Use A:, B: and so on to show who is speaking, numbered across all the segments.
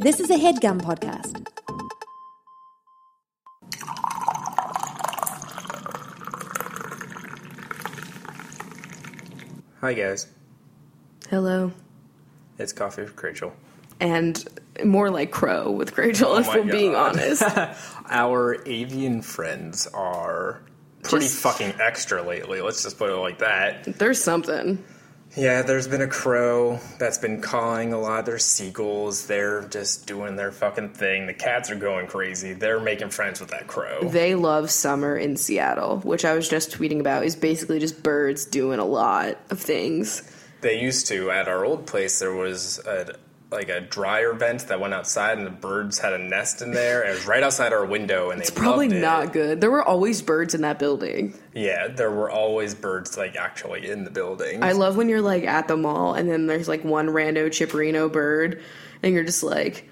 A: This is a headgum podcast.
B: Hi guys,
C: Hello.
B: it's Coffee with Rachel.
C: And more like Crow with Rachel, if
B: Oh my
C: we're being
B: God.
C: honest.
B: Our avian friends are pretty
C: Just-
B: fucking extra lately. Let's just put it like that.
C: There's something.
B: Yeah, there's been a crow that's been calling a lot. There's seagulls. They're just doing their fucking thing. The cats are going crazy. They're making friends with that crow.
C: They love summer in Seattle, which I was just tweeting about, is basically just birds doing a lot of things.
B: They used to at our old place. There was a like a dryer vent that went outside, and the birds had a nest in there. And it was right outside our window, and they
C: Probably
B: loved it.
C: not good. There were always birds in that building.
B: Yeah, there were always birds like actually in the building.
C: I love when you're like at the mall and then there's like one rando Chiparino bird and you're just like,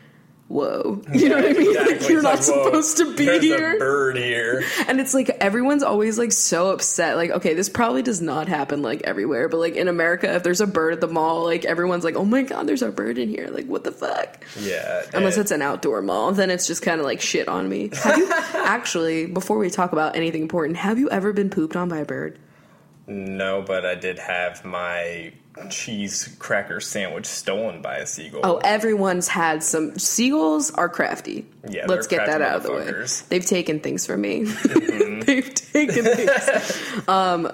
C: whoa. You know what I mean? Like
B: Exactly.
C: you're not
B: It's like, whoa,
C: supposed to be
B: there's
C: here.
B: A bird here.
C: And it's like everyone's always like so upset. Like, okay, this probably does not happen like everywhere, but like in America, if there's a bird at the mall, like everyone's like, oh my god, there's a bird in here. Like, what the fuck?
B: Yeah.
C: Unless
B: it-
C: it's an outdoor mall, then it's just kind of like shit on me. Have you actually? Before we talk about anything important, have you ever been pooped on by a bird?
B: no, but I did have my cheese cracker sandwich stolen by a seagull.
C: Oh, everyone's had some. Seagulls are crafty.
B: Yeah,
C: let's
B: they're
C: get that
B: crafty
C: out of the way.
B: motherfuckers. Mm-hmm.
C: They've taken things from me. They've taken things. um,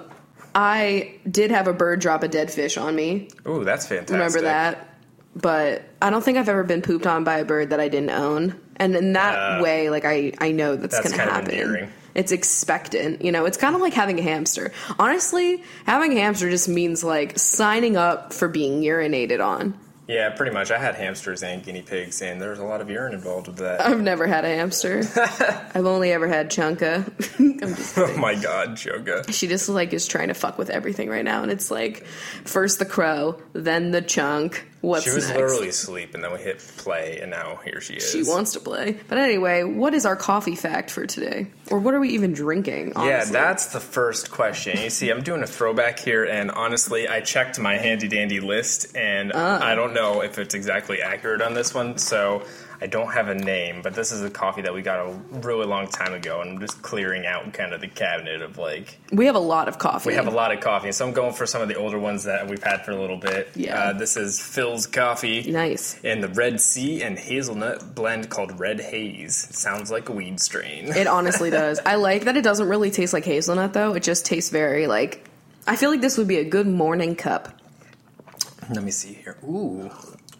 C: I did have a bird drop a dead fish on me.
B: Ooh, that's fantastic.
C: Remember that? But I don't think I've ever been pooped on by a bird that I didn't own. And in that
B: Uh,
C: way, like I, I know that's,
B: that's
C: gonna
B: kind of
C: happen.
B: endearing.
C: It's expectant, you know. It's kind of like having a hamster. Honestly, having a hamster just means like signing up for being urinated on.
B: Yeah, pretty much. I had hamsters and guinea pigs, and there's a lot of urine involved with that.
C: I've never had a hamster. I've only ever had Chunka. I'm just
B: oh my god, Joga.
C: she just like is trying to fuck with everything right now, and it's like first the crow, then the chunk. What's
B: She was
C: next?
B: literally asleep, and then we hit play, and now here she is.
C: She wants to play. But anyway, what is our coffee fact for today? Or what are we even drinking?
B: Yeah,
C: Honestly?
B: that's the first question. You see, I'm doing a throwback here, and honestly, I checked my handy dandy list, and
C: Ah.
B: I don't know if it's exactly accurate on this one, so I don't have a name, but this is a coffee that we got a really long time ago, and I'm just clearing out kind of the cabinet of like,
C: we have a lot of coffee.
B: we have a lot of coffee, so I'm going for some of the older ones that we've had for a little bit.
C: Yeah.
B: Uh, this is Phil's Coffee.
C: Nice.
B: And the Red Sea and Hazelnut blend called Red Haze. Sounds like a weed strain.
C: It honestly does. I like that it doesn't really taste like hazelnut though. It just tastes very like I feel like this would be a good morning cup.
B: Let me see here. Ooh,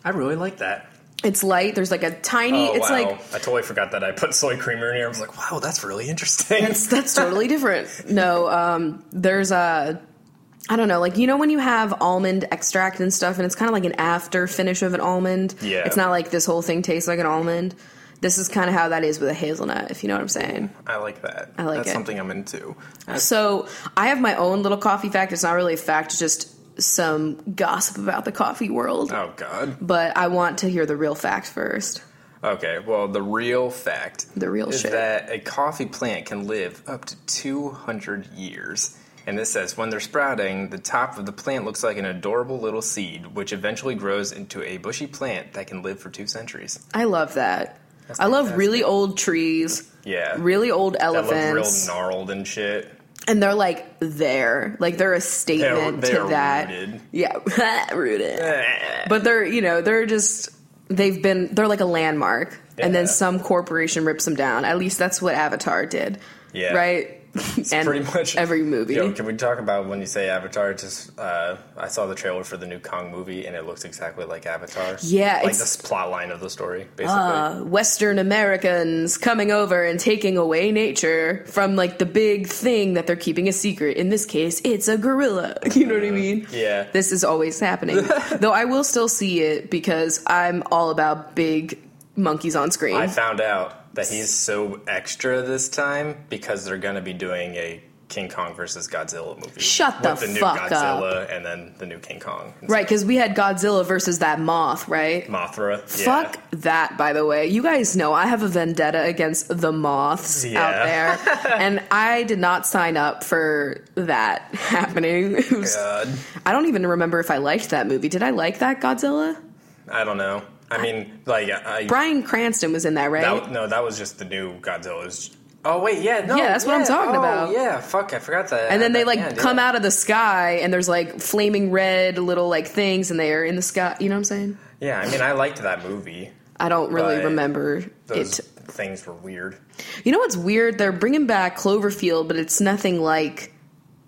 B: I really like that.
C: It's light. There's like a tiny.
B: Oh,
C: it's
B: wow.
C: like
B: I totally forgot that I put soy creamer in here. I was like, wow, that's really interesting.
C: That's that's totally different. No, um, there's a. I don't know, like you know when you have almond extract and stuff, and it's kind of like an after finish of an almond.
B: Yeah.
C: it's not like this whole thing tastes like an almond. This is kind of how that is with a hazelnut, if you know what I'm saying.
B: I like that.
C: I like
B: that's
C: it.
B: something I'm into.
C: So I have my own little coffee fact. It's not really a fact; it's just some gossip about the coffee world.
B: Oh God.
C: But I want to hear the real fact first.
B: Okay. Well, the real fact.
C: The real
B: is
C: shit.
B: that a coffee plant can live up to 200 years. And this says when they're sprouting, the top of the plant looks like an adorable little seed, which eventually grows into a bushy plant that can live for two centuries.
C: I love that. I love
B: fantastic.
C: really old trees,
B: Yeah.
C: really old
B: That
C: elephants.
B: look real gnarled and shit.
C: and they're like there like they're a statement
B: They're- they're
C: to that
B: rooted.
C: yeah rooted
B: Eh.
C: but they're you know they're just they've been they're like a landmark and then
B: Yeah.
C: some corporation rips them down at least that's what avatar did
B: Yeah.
C: right and
B: pretty much
C: every movie
B: Yo, can we talk about when you say Avatar? Just uh, I saw the trailer for the new Kong movie, and it looks exactly like Avatar.
C: Yeah,
B: like
C: it's- Um,
B: this plot line of the story, basically.
C: western americans coming over and taking away nature from like the big thing that they're keeping a secret in this case it's a gorilla you know what i mean
B: Uh, yeah.
C: this is always happening though i will still see it because i'm all about big monkeys on screen
B: I found out that he's so extra this time because they're going to be doing a King Kong versus Godzilla movie.
C: Shut
B: with
C: the
B: new
C: fuck up.
B: Godzilla and then the new King Kong. It's
C: right because we had godzilla versus that moth right
B: Mothra. Yeah.
C: Fuck that, by the way. You guys know I have a vendetta against the moths
B: Yeah.
C: out there. and I did not sign up for that happening. It was-
B: God.
C: I don't even remember if I liked that movie. Did I like that Godzilla?
B: I don't know. I mean, like I,
C: Brian Cranston was in that, right?
B: that, no, that was just the new Godzilla's. Oh wait, yeah, no,
C: Yeah, that's what I'm talking
B: oh,
C: about.
B: Yeah, fuck, I forgot that.
C: and then they like come out of the sky and there's like flaming red little like things and they are in the sky. You know what I'm saying?
B: Yeah, I mean, I liked that movie.
C: I don't really
B: Right.
C: remember
B: Those
C: it.
B: things were weird.
C: You know what's weird? They're bringing back Cloverfield, but it's nothing like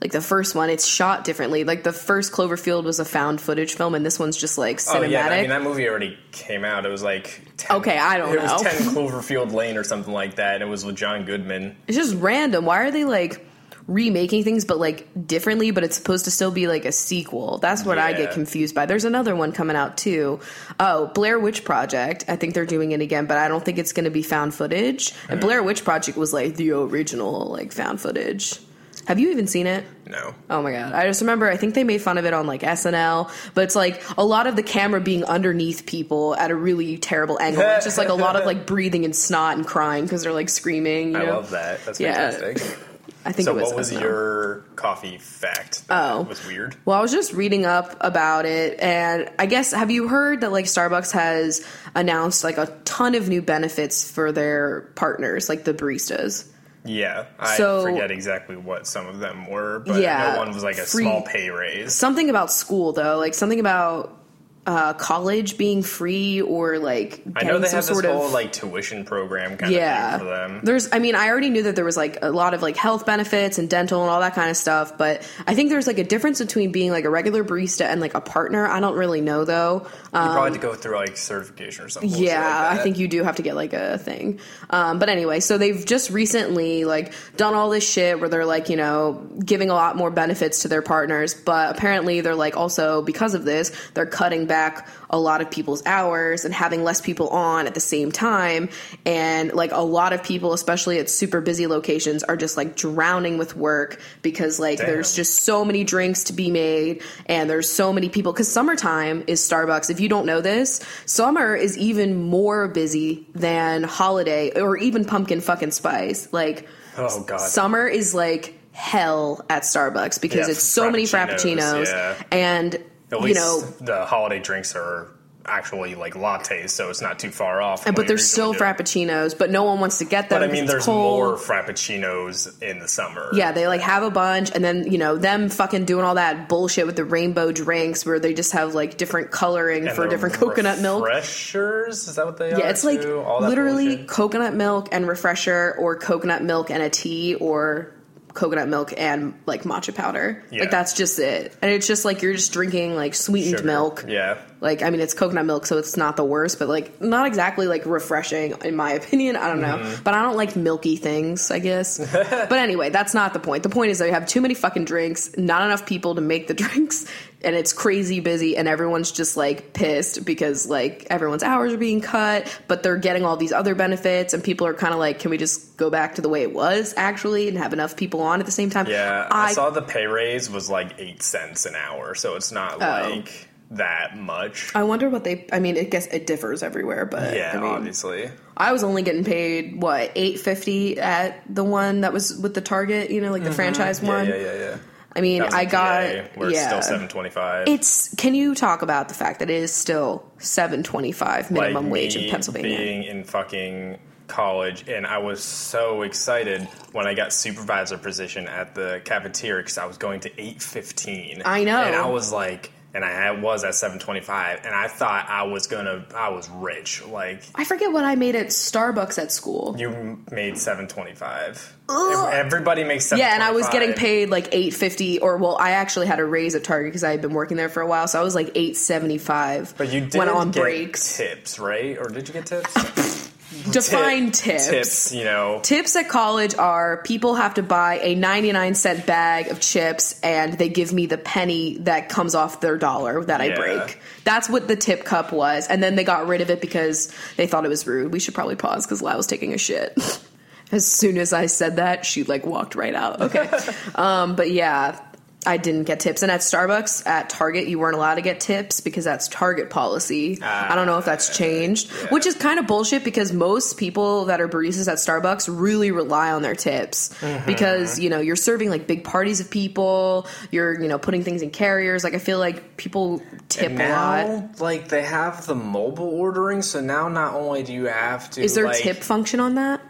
C: like the first one. It's shot differently. Like the first Cloverfield was a found footage film, and this one's just like cinematic.
B: Oh yeah, I mean that movie already came out. It was like 10,
C: Okay, I don't
B: It was
C: know.
B: ten Cloverfield Lane or something like that. And it was with John Goodman.
C: it's just random. Why are they like remaking things, but like differently? But it's supposed to still be like a sequel. That's what I
B: Yeah.
C: get confused by. There's another one coming out too. Oh, Blair Witch Project. I think they're doing it again, but I don't think it's going to be found footage. And Blair Witch Project was like the original like found footage. Have you even seen it?
B: No,
C: Oh my god! I just remember. I think they made fun of it on like SNL, but it's like a lot of the camera being underneath people at a really terrible angle. It's just like a lot of like breathing and snot and crying because they're like screaming. You
B: I
C: know?
B: love that. That's
C: Yeah.
B: fantastic.
C: I think.
B: So
C: it was
B: what was
C: SNL.
B: your coffee fact? That
C: Oh.
B: was weird.
C: Well, I was just reading up about it, and I guess have you heard that like Starbucks has announced like a ton of new benefits for their partners, like the baristas.
B: Yeah, I
C: So-
B: forget exactly what some of them were, but
C: Yeah,
B: no one was like a
C: free-
B: small pay raise.
C: something about school though, like something about uh, college being free or like
B: I know
C: getting
B: they
C: some
B: have this
C: sort
B: whole
C: of
B: like tuition program kind
C: yeah.
B: of thing for them.
C: There's, I mean, I already knew that there was like a lot of like health benefits and dental and all that kind of stuff, but I think there's like a difference between being like a regular barista and like a partner. I don't really know though.
B: you probably have to go through like certification or something.
C: Um, Yeah, I think you do have to get like a thing. Um, but anyway, so they've just recently like done all this shit where they're like, you know, giving a lot more benefits to their partners, but apparently they're like also because of this, they're cutting back a lot of people's hours and having less people on at the same time and like a lot of people especially at super busy locations are just like drowning with work because like there's
B: Damn.
C: just there's so many drinks to be made and there's so many people because summertime is starbucks if you don't know this summer is even more busy than holiday or even pumpkin fucking spice like
B: Oh god.
C: summer is like hell at starbucks because
B: Yeah,
C: it's so many
B: frappuccinos,
C: frappuccinos
B: yeah.
C: and
B: At
C: you
B: least
C: know
B: the holiday drinks are actually like lattes, so it's not too far off.
C: but there's still frappuccinos but no one wants to get them
B: But I
C: because
B: mean,
C: it's
B: there's
C: cold.
B: more frappuccinos in the summer.
C: Yeah, they like have a bunch, and then you know them fucking doing all that bullshit with the rainbow drinks, where they just have like different coloring
B: And
C: for
B: the
C: different coconut milk.
B: Refreshers? Is that what they are?
C: Yeah, it's like
B: too? All that
C: literally
B: bullshit.
C: coconut milk and refresher, or coconut milk and a tea, or coconut milk and like matcha powder.
B: Yeah.
C: Like that's just it, and it's just like you're just drinking like sweetened
B: Sugar.
C: milk.
B: Yeah.
C: Like I mean, it's coconut milk, so it's not the worst, but like not exactly like refreshing in my opinion. I don't know,
B: Mm-hmm.
C: but I don't like milky things, I guess. but anyway, that's not the point. The point is that you have too many fucking drinks, not enough people to make the drinks, and it's crazy busy, and everyone's just like pissed because like everyone's hours are being cut, but they're getting all these other benefits, and people are kind of like, can we just go back to the way it was actually and have enough people on at the same time?
B: Yeah, I, saw the pay raise was like eight cents an hour, so it's
C: Oh.
B: not like that much.
C: I wonder what they. I mean, I guess it differs everywhere, but
B: yeah,
C: Uh, I mean,
B: obviously.
C: I was only getting paid what eight fifty at the one that was with the Target, you know, like the franchise
B: Mm-hmm. Yeah,
C: one.
B: yeah, yeah, yeah.
C: I mean,
B: That was
C: I
B: the
C: got
B: PA, where it's
C: yeah.
B: still seven twenty five.
C: It's can you talk about the fact that it is still seven twenty five minimum wage in Pennsylvania?
B: Being in fucking college, and I was so excited when I got supervisor position at the cafeteria because I was going to eight fifteen.
C: I know.
B: and I was like, and I was at seven twenty five, and I thought I was gonna, I was rich. Like
C: I forget what I made at Starbucks at school.
B: you m- made seven twenty five.
C: Ugh.
B: Everybody makes seven.
C: yeah, and I was getting paid like eight fifty, or well, I actually had a raise at Target because I had been working there for a while, so I was like eight seventy five.
B: But you did
C: when on
B: get
C: breaks.
B: tips, right? Or did you get tips?
C: Define
B: Tip-
C: tips.
B: Tips, you know.
C: Tips at college are people have to buy a 99 cent bag of chips and they give me the penny that comes off their dollar that I
B: Yeah.
C: break. That's what the tip cup was. And then they got rid of it because they thought it was rude. We should probably pause because Lau was taking a shit. as soon as I said that, she like walked right out. Okay. um, but yeah. I didn't get tips. And at Starbucks, at Target, you weren't allowed to get tips because that's Target policy. I don't know if that's changed, which is kind of bullshit because most people that are baristas at Starbucks really rely on their tips
B: Mm-hmm.
C: because, you know, you're serving like big parties of people, you're, you know, putting things in carriers. Like, I feel like people tip
B: And
C: a lot.
B: now, like they have the mobile ordering, so now not only do you have to
C: Is there
B: like,
C: a tip function on that?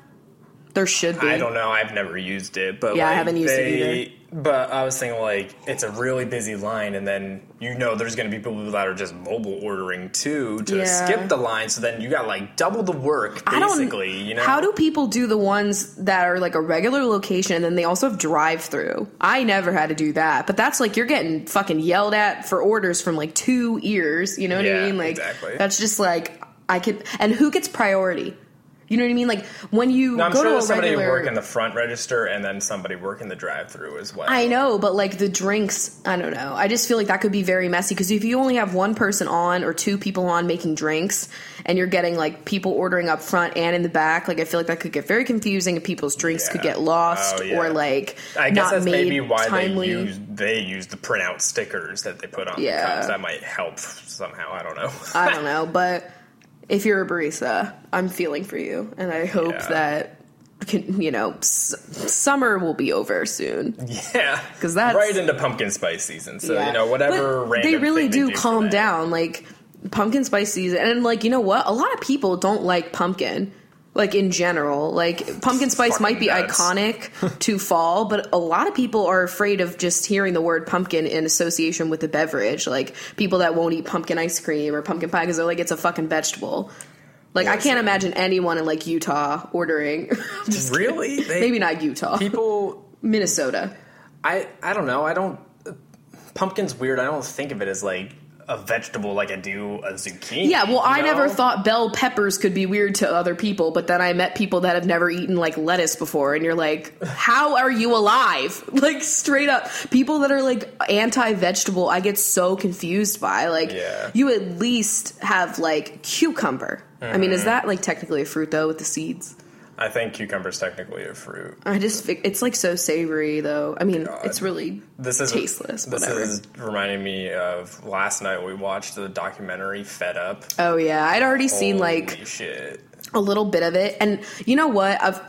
C: There should be.
B: I don't know. I've never used it, but
C: Yeah, I
B: like,
C: haven't used it
B: they- But I was thinking like it's a really busy line, and then you know there's going to be people that are just mobile ordering too to
C: Yeah.
B: skip the line. So then you got like double the work
C: I don't-
B: basically. you know
C: How do people do the ones that are like a regular location and then they also have drive through? I never had to do that, but that's like you're getting fucking yelled at for orders from like two ears. You know what I
B: Yeah,
C: mean? Like
B: exactly.
C: that's just like I could. And who gets priority? You know what I mean? Like when you
B: No, I'm
C: go
B: sure
C: to a
B: there's somebody
C: regular.
B: working the front register and then somebody working the drive-through as well.
C: I know, but like the drinks, I don't know. I just feel like that could be very messy because if you only have one person on or two people on making drinks and you're getting like people ordering up front and in the back, like I feel like that could get very confusing and people's drinks could
B: Yeah.
C: get lost
B: Oh, yeah.
C: or like
B: I guess
C: not
B: that's
C: made
B: maybe why
C: timely.
B: they use they use the printout stickers that they put on
C: Yeah.
B: the cups. That might help somehow. I don't know.
C: I don't know, but if you're a barista, I'm feeling for you and I hope
B: Yeah.
C: that can, you know, s- summer will be over soon.
B: yeah,
C: 'Cause that's-
B: right into pumpkin spice season. So
C: Yeah.
B: you know whatever
C: But
B: random
C: they really
B: thing
C: do,
B: for
C: calm
B: that.
C: down like pumpkin spice season and like you know what a lot of people don't like pumpkin like in general like pumpkin spice might be
B: nuts.
C: iconic to fall but a lot of people are afraid of just hearing the word pumpkin in association with the beverage like people that won't eat pumpkin ice cream or pumpkin pie because they're like it's a fucking vegetable like I can't
B: Listen.
C: imagine anyone in like Utah ordering just kidding.
B: Really? They-
C: maybe not Utah
B: People,
C: Minnesota
B: I I don't know. I don't. Pumpkin's weird. I don't think of it as like a vegetable like I do a zucchini.
C: Yeah, well,
B: you
C: I never
B: know?
C: thought bell peppers could be weird to other people, but then I met people that have never eaten like lettuce before, and you're like, how are you alive? Like, straight up. People that are like anti vegetable, I get so confused by. Like,
B: Yeah.
C: you at least have like cucumber. I mean, is that like technically a fruit though with the seeds?
B: I think cucumber's technically a fruit.
C: I just, fi- it's like so savory though. I mean, it's really
B: This is
C: tasteless.
B: This
C: whatever.
B: is reminding me of last night we watched the documentary Fed Up.
C: oh, yeah. I'd already seen like.
B: Holy shit.
C: a little bit of it and you know what I've,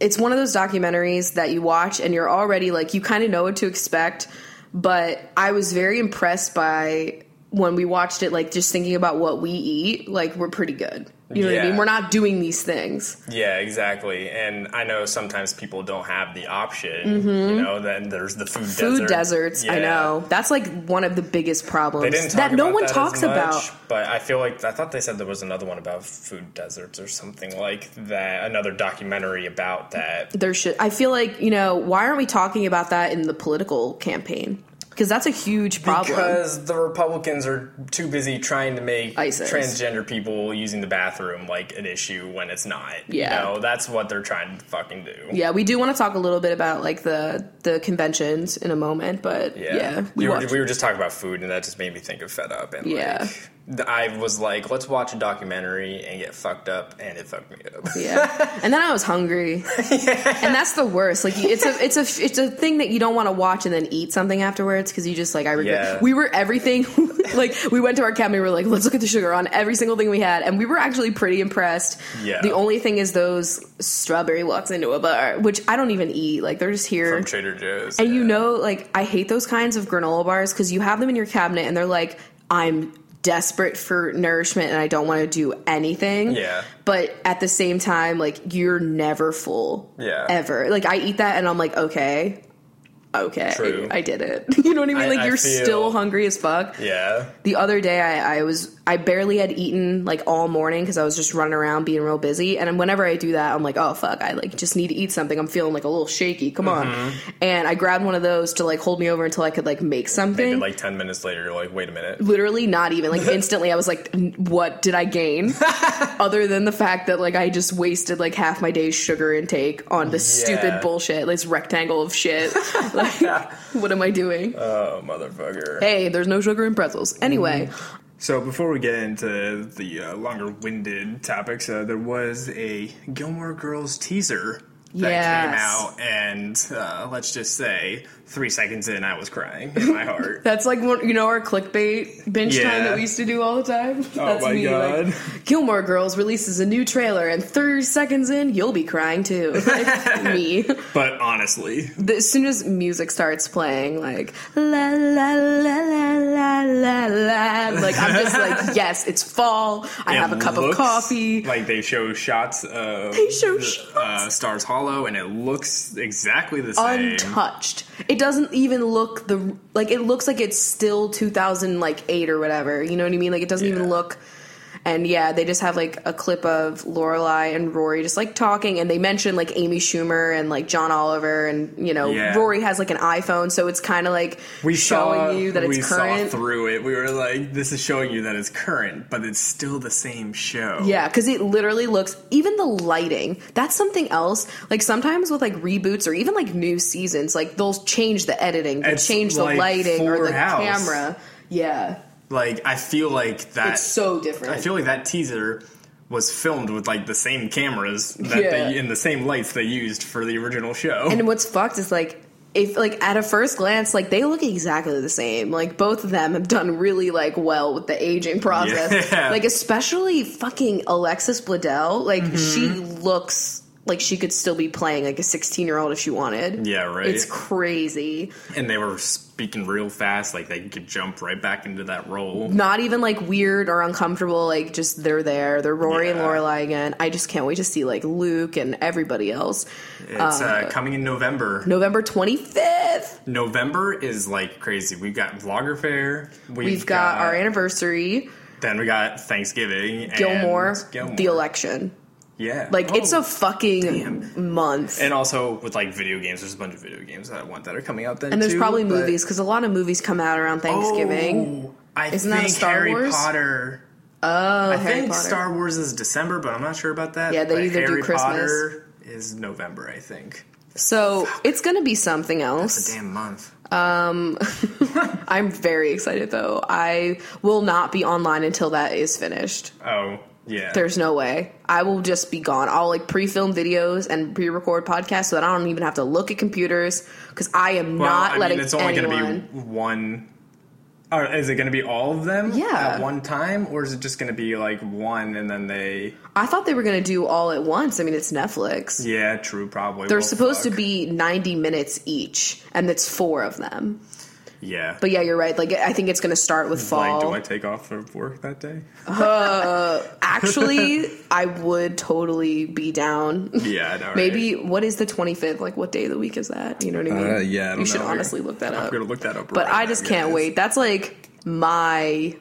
C: it's one of those documentaries that you watch and you're already like you kind of know what to expect but i was very impressed by when we watched it like just thinking about what we eat like we're pretty good you know what i
B: Yeah.
C: mean we're not doing these things
B: Yeah, exactly. And I know sometimes people don't have the option. You know, then there's the food desert.
C: Mm-hmm. food deserts i
B: Yeah.
C: know that's like one of the biggest problems
B: They didn't talk
C: that no
B: about
C: one
B: that as
C: talks
B: much,
C: about
B: But I feel like I thought they said there was another one about food deserts or something like that. Another documentary about that.
C: there should i feel like you know why aren't we talking about that in the political campaign because that's a huge problem
B: Because the Republicans are too busy trying to make
C: ISIS.
B: transgender people using the bathroom like an issue when it's not.
C: Yeah.
B: You know, that's what they're trying to fucking do.
C: Yeah, we do want to talk a little bit about like the the conventions in a moment, but yeah,
B: Yeah,
C: we
B: we, were,
C: watched-
B: we were just talking about food, and that just made me think of Fed Up. And
C: Yeah.
B: like, th- I was like, let's watch a documentary and get fucked up, and it fucked me up.
C: yeah. And then I was hungry, and that's the worst. Like it's a it's a it's a thing that you don't want to watch and then eat something afterwards because you just like I regret.
B: Yeah.
C: We were everything like we went to our cabinet. We were like, let's look at the sugar on every single thing we had, and we were actually pretty impressed.
B: Yeah.
C: The only thing is those strawberry walks into a bar, which I don't even eat. Like they're just here
B: From Trader Joe's,
C: And you know, like I hate those kinds of granola bars because you have them in your cabinet and they're like, I'm desperate for nourishment and I don't want to do anything.
B: Yeah.
C: But at the same time, like you're never full.
B: Yeah.
C: Ever. Like I eat that and I'm like, okay. Okay.
B: True.
C: I did it. You know what I mean?
B: I-
C: Like
B: I
C: you're
B: feel-
C: still hungry as fuck.
B: yeah,
C: The other day I, I was I barely had eaten like all morning because I was just running around being real busy. And whenever I do that, I'm like, oh fuck, I like just need to eat something. I'm feeling like a little shaky. Come on.
B: Mm-hmm.
C: And I grabbed one of those to like hold me over until I could like make something.
B: maybe like ten minutes later, you're like, wait a minute,
C: Literally not even like instantly I was like "N- what did I gain other than the fact that like I just wasted like half my day's sugar intake on this
B: Yeah.
C: stupid bullshit this rectangle of shit like what am I doing
B: oh motherfucker.
C: hey there's no sugar in pretzels anyway
B: Mm-hmm. So before we get into the uh, longer-winded topics, uh, there was a Gilmore Girls teaser that came
C: Yes.
B: out, and uh, let's just say three seconds in, I was crying in my heart.
C: That's like one, you know our clickbait binge time
B: Yeah. Oh
C: that we used to do all the time. That's
B: my
C: me, like,
B: God.
C: Gilmore Girls releases a new trailer, and 30 seconds in, you'll be crying too. Like, me.
B: but honestly,
C: The- As soon as music starts playing, like la la la la la la la, like I'm just like, yes, it's fall. I have a
B: it
C: cup of
B: looks
C: coffee.
B: Like they show shots of
C: They show
B: the,
C: shots.
B: uh, Stars Hollow, and it looks exactly the same.
C: untouched. It doesn't even look the like it looks like it's still 2000 like 8 or whatever. You know what I mean? Like it doesn't even
B: Yeah.
C: look and yeah, they just have like a clip of Lorelai and Rory just like talking and they mention like Amy Schumer and like John Oliver and you know,
B: Yeah.
C: Rory has like an iPhone, so it's kind of like
B: we
C: showing
B: saw,
C: you that it's
B: we
C: current.
B: saw through it. We were like, "This is showing you that it's current, but it's still the same show."
C: Yeah, because it literally looks even the lighting. That's something else. Like sometimes with like reboots or even like new seasons, like they'll change the editing, they'll
B: It's
C: change the
B: like
C: lighting or
B: Fuller
C: the
B: House.
C: camera. Yeah,
B: Like I feel like that.
C: it's so different.
B: I feel like that teaser was filmed with like the same cameras that
C: Yeah.
B: they and the same lights they used for the original show.
C: and what's fucked is like if like at a first glance, like they look exactly the same. Like both of them have done really like well with the aging process.
B: Yeah.
C: Like especially fucking Alexis Bledel. Like
B: Mm-hmm.
C: she looks like she could still be playing like a sixteen year old if she wanted.
B: Yeah, right.
C: It's crazy.
B: and they were speaking real fast, like they could jump right back into that role.
C: not even like weird or uncomfortable. Like just they're there. They're Rory and
B: Yeah.
C: Lorelai again. I just can't wait to see like Luke and everybody else.
B: It's uh, coming in November.
C: November twenty fifth,
B: November is like crazy. We've got Vlogger Fair. We've,
C: we've got our anniversary,
B: Then we got Thanksgiving. and
C: Gilmore,
B: Gilmore.
C: the election.
B: Yeah.
C: Like it's
B: Oh.
C: a fucking month. And-
B: And also with like video games, there's a bunch of video games that I want that are coming out then.
C: there's
B: too,
C: probably
B: but-
C: movies because a lot of movies come out around Thanksgiving.
B: Oh, I
C: Isn't that a
B: think
C: Star
B: Harry
C: Wars?
B: Potter.
C: Oh,
B: I
C: Harry
B: think
C: Potter.
B: Star Wars is December, but I'm not sure about that.
C: Yeah, they
B: But
C: either do
B: Harry
C: Christmas.
B: Potter is November, I think.
C: so it's gonna be something else.
B: It's a damn month.
C: I'm very excited though. I will not be online until that is finished.
B: Oh, yeah.
C: There's no way. I will just be gone. I'll like pre-film videos and pre-record podcasts so that I don't even have to look at computers because I am
B: well,
C: not
B: I
C: letting
B: mean, it's only
C: anyone.
B: going to be one. Or is it going to be all of them
C: Yeah.
B: at one time, or is it just going to be like one and then they?
C: I thought they were going to do all at once. I mean, it's Netflix.
B: Yeah, true, probably.
C: They're supposed to be 90 minutes each, and it's four of them.
B: Yeah,
C: But yeah, you're right. Like I think it's going to start with
B: like,
C: fall.
B: do I take off from work that day?
C: Actually, I would totally be down.
B: Yeah, I know, right?
C: Maybe what is the 25th? Like what day of the week is that? You know what I mean?
B: Uh, yeah, I don't
C: you should
B: know.
C: honestly look that
B: I'm
C: up.
B: gonna look that up.
C: But
B: right
C: I
B: now,
C: just can't
B: guys.
C: wait. That's like my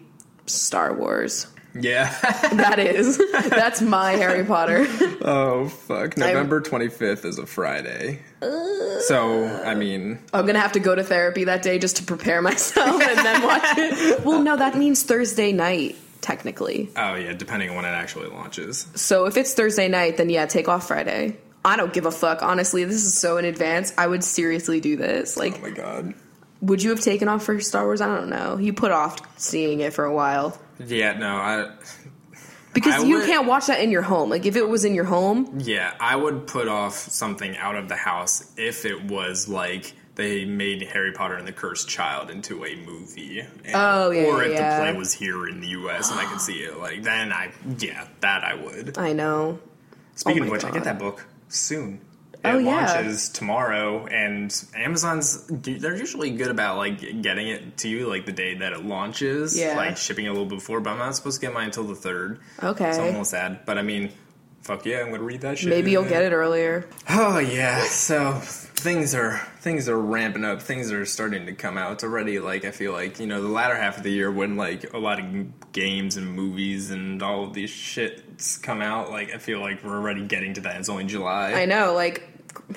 C: Star Wars.
B: Yeah.
C: That is. That's my Harry Potter.
B: oh fuck! November 25th is a Friday, so I mean,
C: I'm going to have to go to therapy that day just to prepare myself and then watch it. Well, no, that means Thursday night, technically.
B: oh yeah, depending on when it actually launches.
C: So if it's Thursday night, then yeah, take off Friday. I don't give a fuck. Honestly, this is so in advance. I would seriously do this. Like,
B: Oh my god.
C: would you have taken off for Star Wars? I don't know. You put off seeing it for a while.
B: Yeah, no, I
C: Because
B: I
C: you
B: would-
C: can't watch that in your home. Like, if it was in your home,
B: Yeah, I would put off something out of the house if it was like they made Harry Potter and the Cursed Child into a movie. And-
C: Oh, yeah,
B: Or if
C: yeah.
B: the play was here in the U.S. and I could see it, like then I yeah that I would.
C: I know.
B: Speaking of
C: Oh my
B: which, I
C: God.
B: get that book soon. It
C: Oh, yeah.
B: launches tomorrow, and Amazon's they're usually good about like getting it to you like the day that it launches,
C: Yeah.
B: like shipping it a little before. But I'm not supposed to get mine until the third.
C: Okay.
B: it's almost sad, but I mean, fuck yeah, I'm gonna read that shit.
C: Maybe you'll get it earlier.
B: Oh yeah, so things are things are ramping up. Things are starting to come out. It's already like I feel like you know the latter half of the year when like a lot of g- games and movies and all of these shits come out. Like I feel like we're already getting to that. It's only July.
C: I know, like,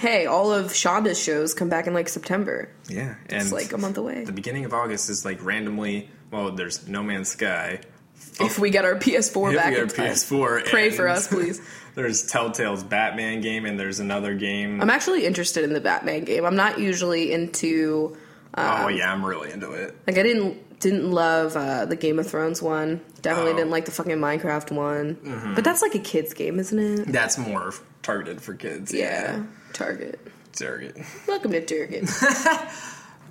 C: hey, all of Shonda's shows come back in like September.
B: yeah, and
C: It's like a month away.
B: the beginning of August is like randomly. Well, there's No Man's Sky.
C: If we get our PS4
B: If
C: back
B: we
C: in
B: got
C: time.
B: PS4.
C: Pray
B: and
C: for us, please.
B: There's Telltale's Batman game, and there's another game.
C: I'm actually interested in the Batman game. I'm not usually into
B: oh yeah, I'm really into it.
C: like I didn't didn't love uh, the Game of Thrones one. Definitely
B: Oh. Mm-hmm.
C: didn't like the fucking Minecraft one. But that's like a kids game, isn't it?
B: That's more targeted for kids.
C: Yeah. Target.
B: Surrogate.
C: Welcome to Target.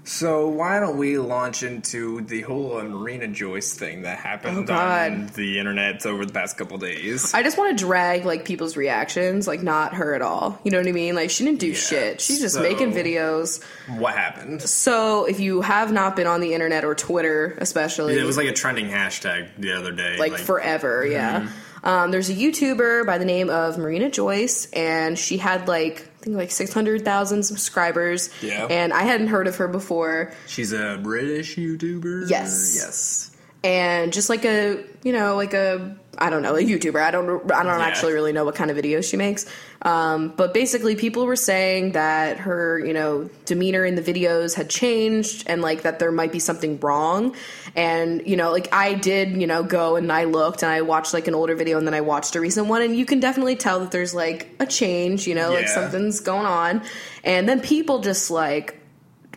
B: So why don't we launch into the whole Marina Joyce thing that happened
C: Oh, God.
B: on the internet over the past couple days?
C: I just want to drag like people's reactions, like not her at all. You know what I mean? Like she didn't do shit. She's just
B: so-
C: making videos.
B: what happened?
C: So if you have not been on the internet or Twitter, especially,
B: It was like Mm-hmm. a trending hashtag the other day.
C: like, forever. Yeah. Um, there's a YouTuber by the name of Marina Joyce, and she had like I think like 600,000 subscribers.
B: Yeah.
C: And I hadn't heard of her before,
B: she's a British YouTuber.
C: Yes.
B: Yes.
C: and just like a you know like a I don't know a YouTuber. I don't I don't
B: Yeah.
C: actually really know what kind of videos she makes. Um, but basically, people were saying that her you know demeanor in the videos had changed, and like that there might be something wrong. And you know, like I did you know go and I looked and I watched like an older video and then I watched a recent one, and you can definitely tell that there's like a change. You know, like
B: Yeah.
C: something's going on. And then people just like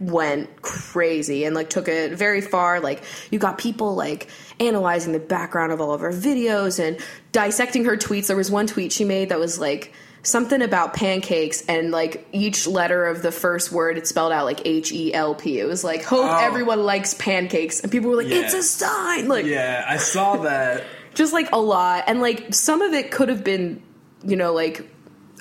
C: went crazy and like took it very far like you got people like analyzing the background of all of her videos and dissecting her tweets there was one tweet she made that was like something about pancakes and like each letter of the first word it spelled out like H E L P it was like hope
B: Oh.
C: everyone likes pancakes and people were like
B: Yeah.
C: it's a sign like
B: Yeah, I saw that.
C: just like a lot and like some of it could have been you know like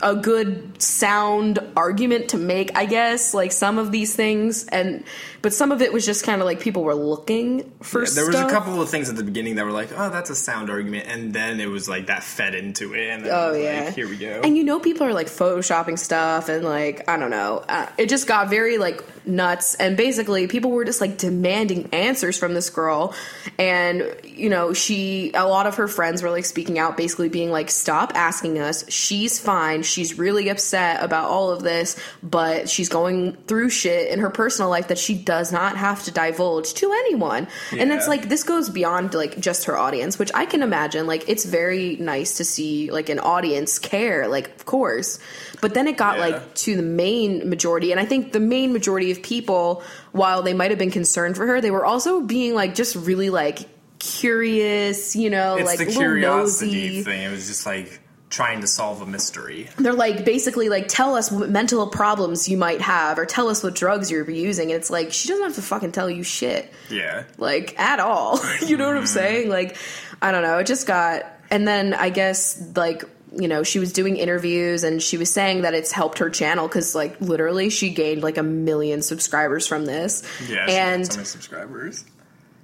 C: a good sound argument to make i guess like some of these things and but some of it was just kind of like people were looking for
B: Yeah, there was
C: stuff.
B: a couple of things at the beginning that were like, "Oh, that's a sound argument," and then it was like that fed into it, and then it
C: Oh
B: was
C: yeah,
B: like, here we go.
C: And you know, people are like photoshopping stuff, and like I don't know, uh, it just got very like nuts. And basically, people were just like demanding answers from this girl, and you know, she a lot of her friends were like speaking out, basically being like, "Stop asking us. She's fine. She's really upset about all of this, but she's going through shit in her personal life that she does not have to divulge to anyone." And it's
B: Yeah.
C: like this goes beyond like just her audience which i can imagine like it's very nice to see like an audience care like of course but then it got
B: Yeah.
C: like to the main majority and i think the main majority of people while they might have been concerned for her they were also being like just really like curious you know
B: it's
C: like
B: the
C: little
B: curiosity
C: nosy.
B: thing. It was just like trying to solve a mystery.
C: they're like basically like tell us what mental problems you might have or tell us what drugs you're using and it's like she doesn't have to fucking tell you shit
B: Yeah.
C: like at all. you know what I'm
B: Mm-hmm.
C: saying? Like, I don't know. It just got, and then I guess like you know she was doing interviews and she was saying that it's helped her channel because like literally she gained like a million subscribers from this.
B: Yeah, she had
C: and
B: so many subscribers.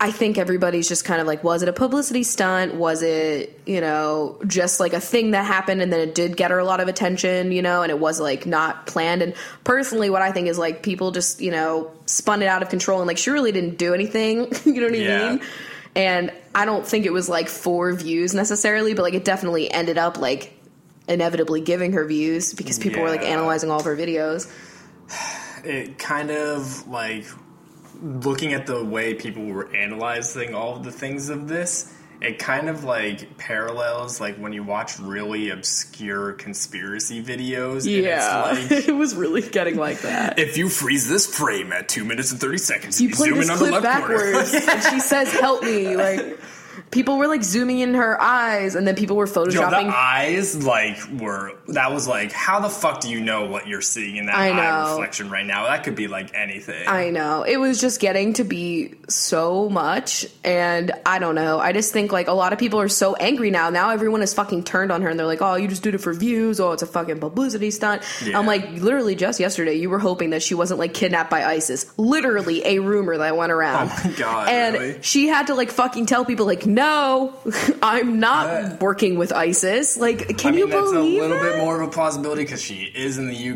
C: I think everybody's just kind of like, was it a publicity stunt? Was it, you know, just like a thing that happened and then it did get her a lot of attention, you know, and it was like not planned? And personally, what I think is like people just, you know, spun it out of control and like she really didn't do anything. you know what I
B: Yeah.
C: mean? And I don't think it was like four views necessarily, but like it definitely ended up like inevitably giving her views because people were like
B: Yeah.
C: analyzing all of her videos.
B: it kind of like looking at the way people were analyzing all of the things of this it kind of like parallels like when you watch really obscure conspiracy videos and it's like
C: it was really getting like that.
B: if you freeze this frame at 2 minutes and 30 seconds
C: you play
B: zoom
C: this
B: in on the
C: clip
B: left corner
C: backwards and she says help me like people were like zooming in her eyes and then people were
B: Yo, the
C: photoshopping
B: eyes like were that was like how the fuck do you know what you're seeing in that
C: I know.
B: eye reflection right now that could be like anything
C: I know. It was just getting to be so much. And I don't know. I just think like a lot of people are so angry now. Now everyone is fucking turned on her and they're like, oh, you just did it for views. Oh, it's a fucking publicity stunt.
B: Yeah.
C: I'm like, literally just yesterday, you were hoping that she wasn't like kidnapped by ISIS. Literally a rumor that went around.
B: Oh my God,
C: And
B: really?
C: she had to like fucking tell people, like, no, I'm not working with ISIS. Like, can
B: I mean,
C: you
B: that's a
C: believe
B: little
C: that?
B: bit more of a plausibility because she is in the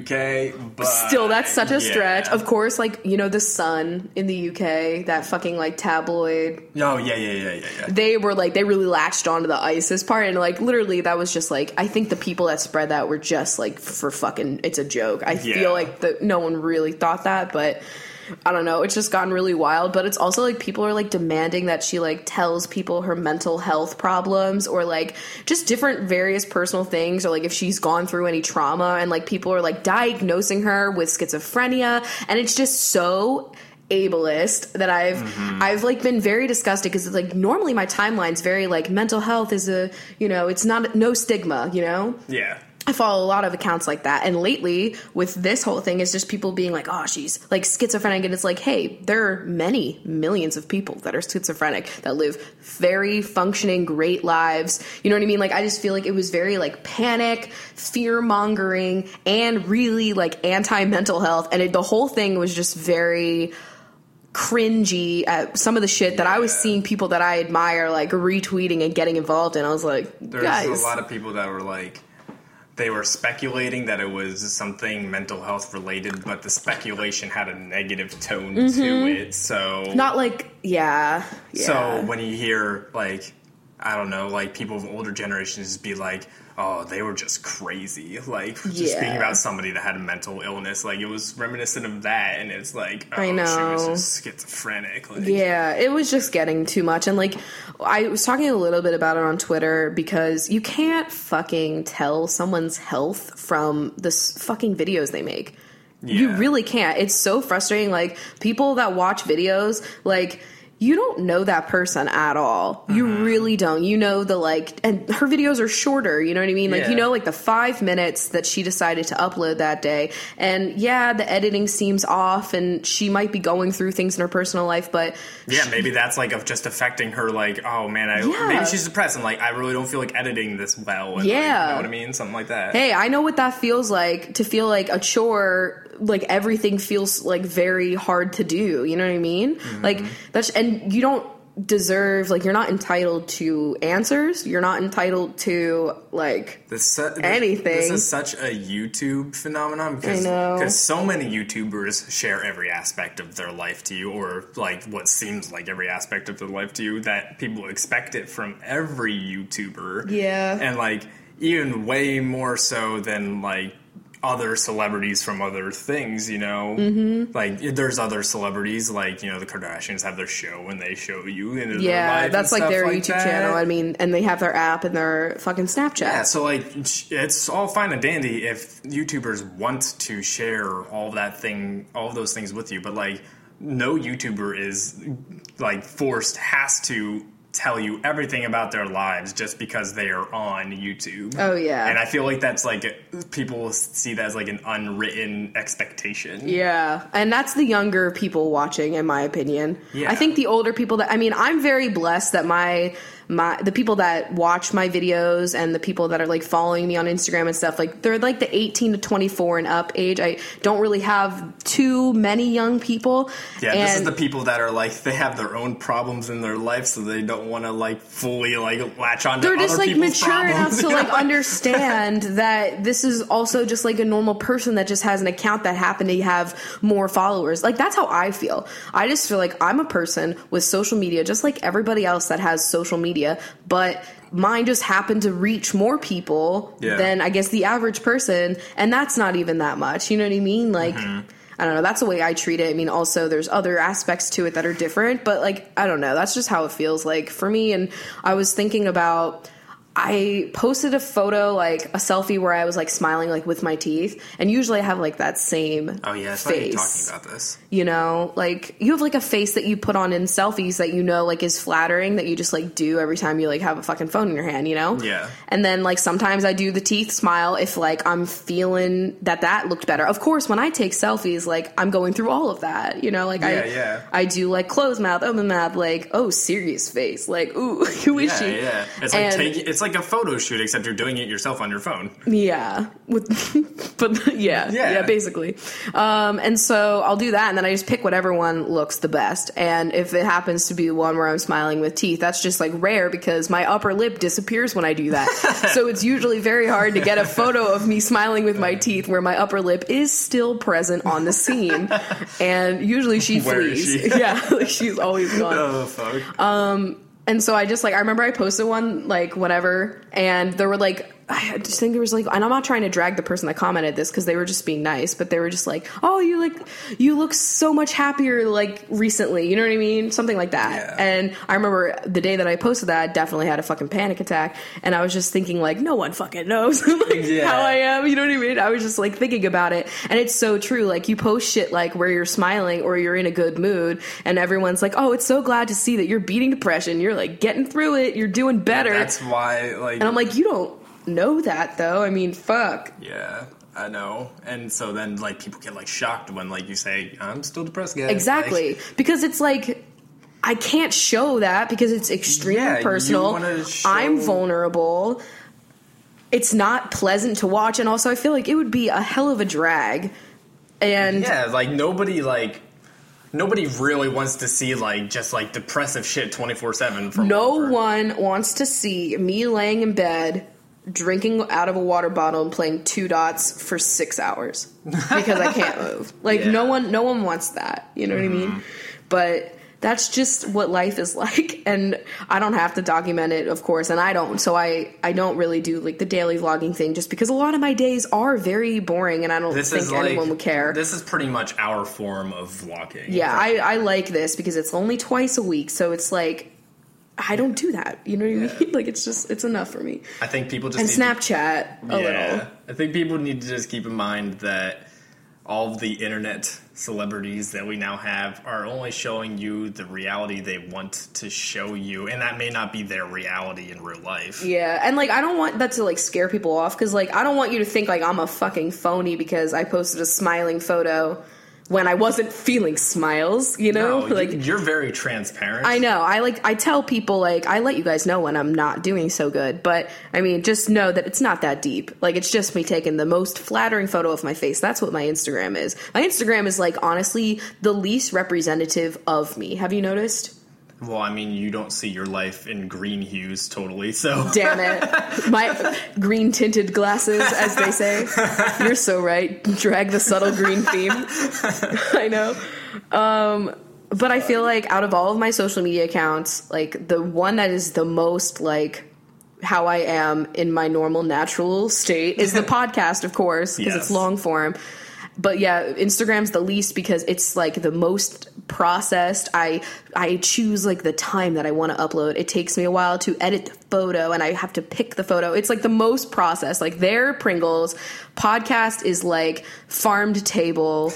B: UK, but
C: still that's such
B: Uh,
C: a
B: Yeah.
C: stretch of course like you know the sun in the uk that fucking like tabloid
B: No, yeah, yeah, yeah, yeah, yeah.
C: they were like they really latched onto the isis part and like literally that was just like i think the people that spread that were just like for fucking it's a joke i
B: Yeah.
C: feel like the, no one really thought that but i don't know it's just gotten really wild but it's also like people are like demanding that she like tells people her mental health problems or like just different various personal things or like if she's gone through any trauma and like people are like diagnosing her with schizophrenia and it's just so ableist that I've I've like been very disgusted because it's like normally my timeline's very like mental health is a you know it's not no stigma you know
B: Yeah.
C: I follow a lot of accounts like that. And lately, with this whole thing, it's just people being like, oh, she's like schizophrenic. And it's like, hey, there are many millions of people that are schizophrenic that live very functioning, great lives. You know what I mean? Like, I just feel like it was very like panic, fear mongering, and really like anti mental health. And it, the whole thing was just very cringy at some of the shit that I was
B: Yeah.
C: seeing people that I admire like retweeting and getting involved in. I was like,
B: There's
C: guys.
B: a lot of people that were like, they were speculating that it was something mental health related, but the speculation had a negative tone to it. So
C: Mm-hmm. not like yeah, yeah.
B: So when you hear like I don't know, like people of older generations be like, "Oh, they were just crazy," like just
C: Yeah.
B: speaking about somebody that had a mental illness, like it was reminiscent of that, and it's like, "Oh,
C: I
B: she
C: know.
B: was just schizophrenic." Like,
C: Yeah, it was just getting too much. And like, I was talking a little bit about it on Twitter because you can't fucking tell someone's health from the s- fucking videos they make. You
B: Yeah.
C: really can't. It's so frustrating. Like, people that watch videos, like, you don't know that person at all.
B: Mm-hmm.
C: You really don't. You know the like, and her videos are shorter. You know what I mean? Like,
B: Yeah.
C: you know, like the five minutes that she decided to upload that day. And yeah, the editing seems off, and she might be going through things in her personal life, but
B: Yeah, maybe that's like of just affecting her. Like, oh man, I
C: Yeah.
B: maybe she's depressed, and like I really don't feel like editing this well. And, like,
C: Yeah.
B: you know what I mean, something like that.
C: hey, I know what that feels like to feel like a chore, like everything feels like very hard to do. You know what I mean?
B: Mm-hmm.
C: Like that's and you don't deserve like you're not entitled to answers. You're not entitled to like
B: This su- this-
C: Anything.
B: This is such a YouTube phenomenon because
C: I know.
B: because so many YouTubers share every aspect of their life to you, or like what seems like every aspect of their life to you that people expect it from every YouTuber.
C: Yeah.
B: and like even way more so than like other celebrities from other things, you know. Mm-hmm. Like there's other celebrities, like you know the Kardashians have their show and they show you in their life
C: yeah,
B: and
C: that's like
B: stuff
C: their
B: like
C: YouTube
B: that.
C: channel. I mean, and they have their app and their fucking Snapchat.
B: Yeah, so like it's all fine and dandy if YouTubers want to share all that thing, all of those things with you, but like no YouTuber is like forced has to tell you everything about their lives just because they are on YouTube.
C: Oh, yeah.
B: and I feel like that's like people see that as like an unwritten expectation.
C: Yeah, and that's the younger people watching, in my opinion.
B: Yeah.
C: I think the older people that I mean, I'm very blessed that my my the people that watch my videos and the people that are like following me on Instagram and stuff, like they're like the 18 to 24 and up age. I don't really have too many young people.
B: Yeah, this is
C: and-
B: the people that are like they have their own problems in their life, so they don't want to like fully like latch on.
C: they're
B: to
C: just
B: other
C: like
B: people's
C: mature enough
B: problems,
C: to
B: you
C: like
B: know?
C: understand that this is also just like a normal person that just has an account that happened to have more followers. Like that's how I feel. I just feel like I'm a person with social media just like everybody else that has social media, but mine just happened to reach more people
B: Yeah.
C: than I guess the average person, and that's not even that much. You know what I mean? Like
B: Mm-hmm.
C: I don't know. That's the way I treat it. I mean, also there's other aspects to it that are different, but like I don't know. That's just how it feels like for me. And I was thinking about. I posted a photo, like a selfie, where I was like smiling, like with my teeth, and usually I have like that same.
B: Oh yeah, I saw you
C: face.
B: talking about this.
C: You know, like you have like a face that you put on in selfies that you know like is flattering that you just like do every time you like have a fucking phone in your hand, you know?
B: Yeah.
C: And then like sometimes I do the teeth smile if like I'm feeling that that looked better. Of course, when I take selfies, like I'm going through all of that, you know, like
B: Yeah,
C: I
B: yeah.
C: I do like closed mouth, open mouth, like oh serious face, like ooh who is
B: Yeah,
C: she?
B: yeah. It's like
C: And-
B: taking, it's like a photo shoot, except you're doing it yourself on your phone.
C: Yeah, with but yeah,
B: Yeah.
C: yeah, basically. Um, and so I'll do that, and then I just pick whatever one looks the best. And if it happens to be one where I'm smiling with teeth, that's just like rare because my upper lip disappears when I do that. so it's usually very hard to get a photo of me smiling with my teeth where my upper lip is still present on the scene. and usually she
B: Where is
C: flees.
B: she?
C: yeah, like she's always gone.
B: Oh fuck!
C: And so I just like I remember I posted one like whatever, and there were like I just think there was like, and I'm not trying to drag the person that commented this because they were just being nice, but they were just like, "Oh, you like, you look so much happier like recently." You know what I mean? Something like that.
B: Yeah.
C: And I remember the day that I posted that, I definitely had a fucking panic attack, and I was just thinking like, no one fucking knows like,
B: Yeah.
C: how I am. You know what I mean? I was just like thinking about it, and it's so true. Like you post shit like where you're smiling or you're in a good mood, and everyone's like, "Oh, it's so glad to see that you're beating depression. You're like getting through it. You're doing better."
B: That's why, like,
C: And I'm like, you don't know that though. I mean, fuck.
B: yeah, I know. And so then, like, people get like shocked when, like, you say, "I'm still depressed," guys. Like,
C: Exactly. Because it's like I can't show that because it's extremely
B: Yeah, you
C: personal.
B: wanna show-
C: I'm vulnerable. It's not pleasant to watch and also I feel like it would be a hell of a drag. And
B: yeah, like nobody, like. Nobody really wants to see like just like depressive shit twenty four seven from
C: no
B: Oliver.
C: one wants to see me laying in bed drinking out of a water bottle and playing two dots for six hours because I can't move. Like no
B: Yeah. Mm-hmm.
C: one no one wants that. You know what I mean? But that's just what life is like and I don't have to document it of course and I don't so I I don't really do like the daily vlogging thing just because a lot of my days are very boring and I don't
B: This
C: think
B: is like
C: anyone would care.
B: This is pretty much our form of vlogging.
C: Yeah, I, I like this because it's only twice a week, so it's like I don't do that. You know what I mean? Like it's just it's enough for me.
B: I think people just
C: And
B: need
C: Snapchat
B: To,
C: a
B: yeah,
C: little.
B: I think people need to just keep in mind that all of the internet celebrities that we now have are only showing you the reality they want to show you, and that may not be their reality in real life.
C: Yeah, and like I don't want that to like scare people off because like I don't want you to think like I'm a fucking phony because I posted a smiling photo when I wasn't feeling smiles. You know,
B: No,
C: like
B: you, you're very transparent.
C: I know. I like I tell people like I let you guys know when I'm not doing so good, but I mean just know that it's not that deep. Like it's just me taking the most flattering photo of my face. That's what my Instagram is. My Instagram is like honestly the least representative of me. Have you noticed?
B: Well, I mean, you don't see your life in green hues totally, so
C: Damn it. My green tinted glasses, as they say. You're so right. Drag the subtle green theme. I know. Um, but I feel like out of all of my social media accounts, like the one that is the most like how I am in my normal natural state is the podcast, of course, because it's
B: Yes.
C: long form. But yeah, Instagram's the least because it's like the most processed. I I choose like the time that I want to upload. It takes me a while to edit the photo and I have to pick the photo. It's like the most processed. Like their Pringles podcast is like farm to table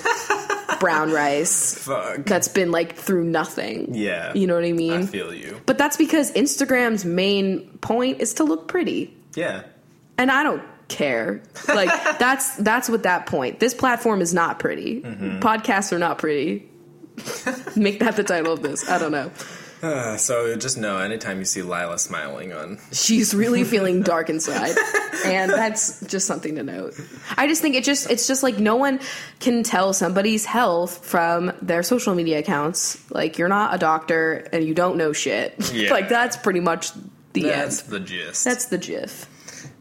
C: brown rice
B: fuck.
C: that's been like through nothing.
B: Yeah.
C: You know what I mean?
B: I feel you.
C: But that's because Instagram's main point is to look pretty.
B: Yeah.
C: And I don't care. Like that's that's what that point. This platform is not pretty.
B: Mm-hmm.
C: Podcasts are not pretty. Make that the title of this. I don't know.
B: Uh, so just know, anytime you see Lila smiling on
C: She's really feeling dark inside. And that's just something to note. I just think it just it's just like no one can tell somebody's health from their social media accounts. Like you're not a doctor and you don't know shit.
B: Yeah.
C: like that's pretty much the
B: That's
C: end.
B: the gist.
C: That's the GIF.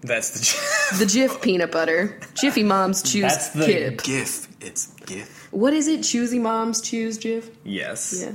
B: That's the gist.
C: The GIF peanut butter. Jiffy moms choose kip.
B: gif. It's gif.
C: What is it? Choosy moms choose GIF.
B: Yes.
C: Yeah,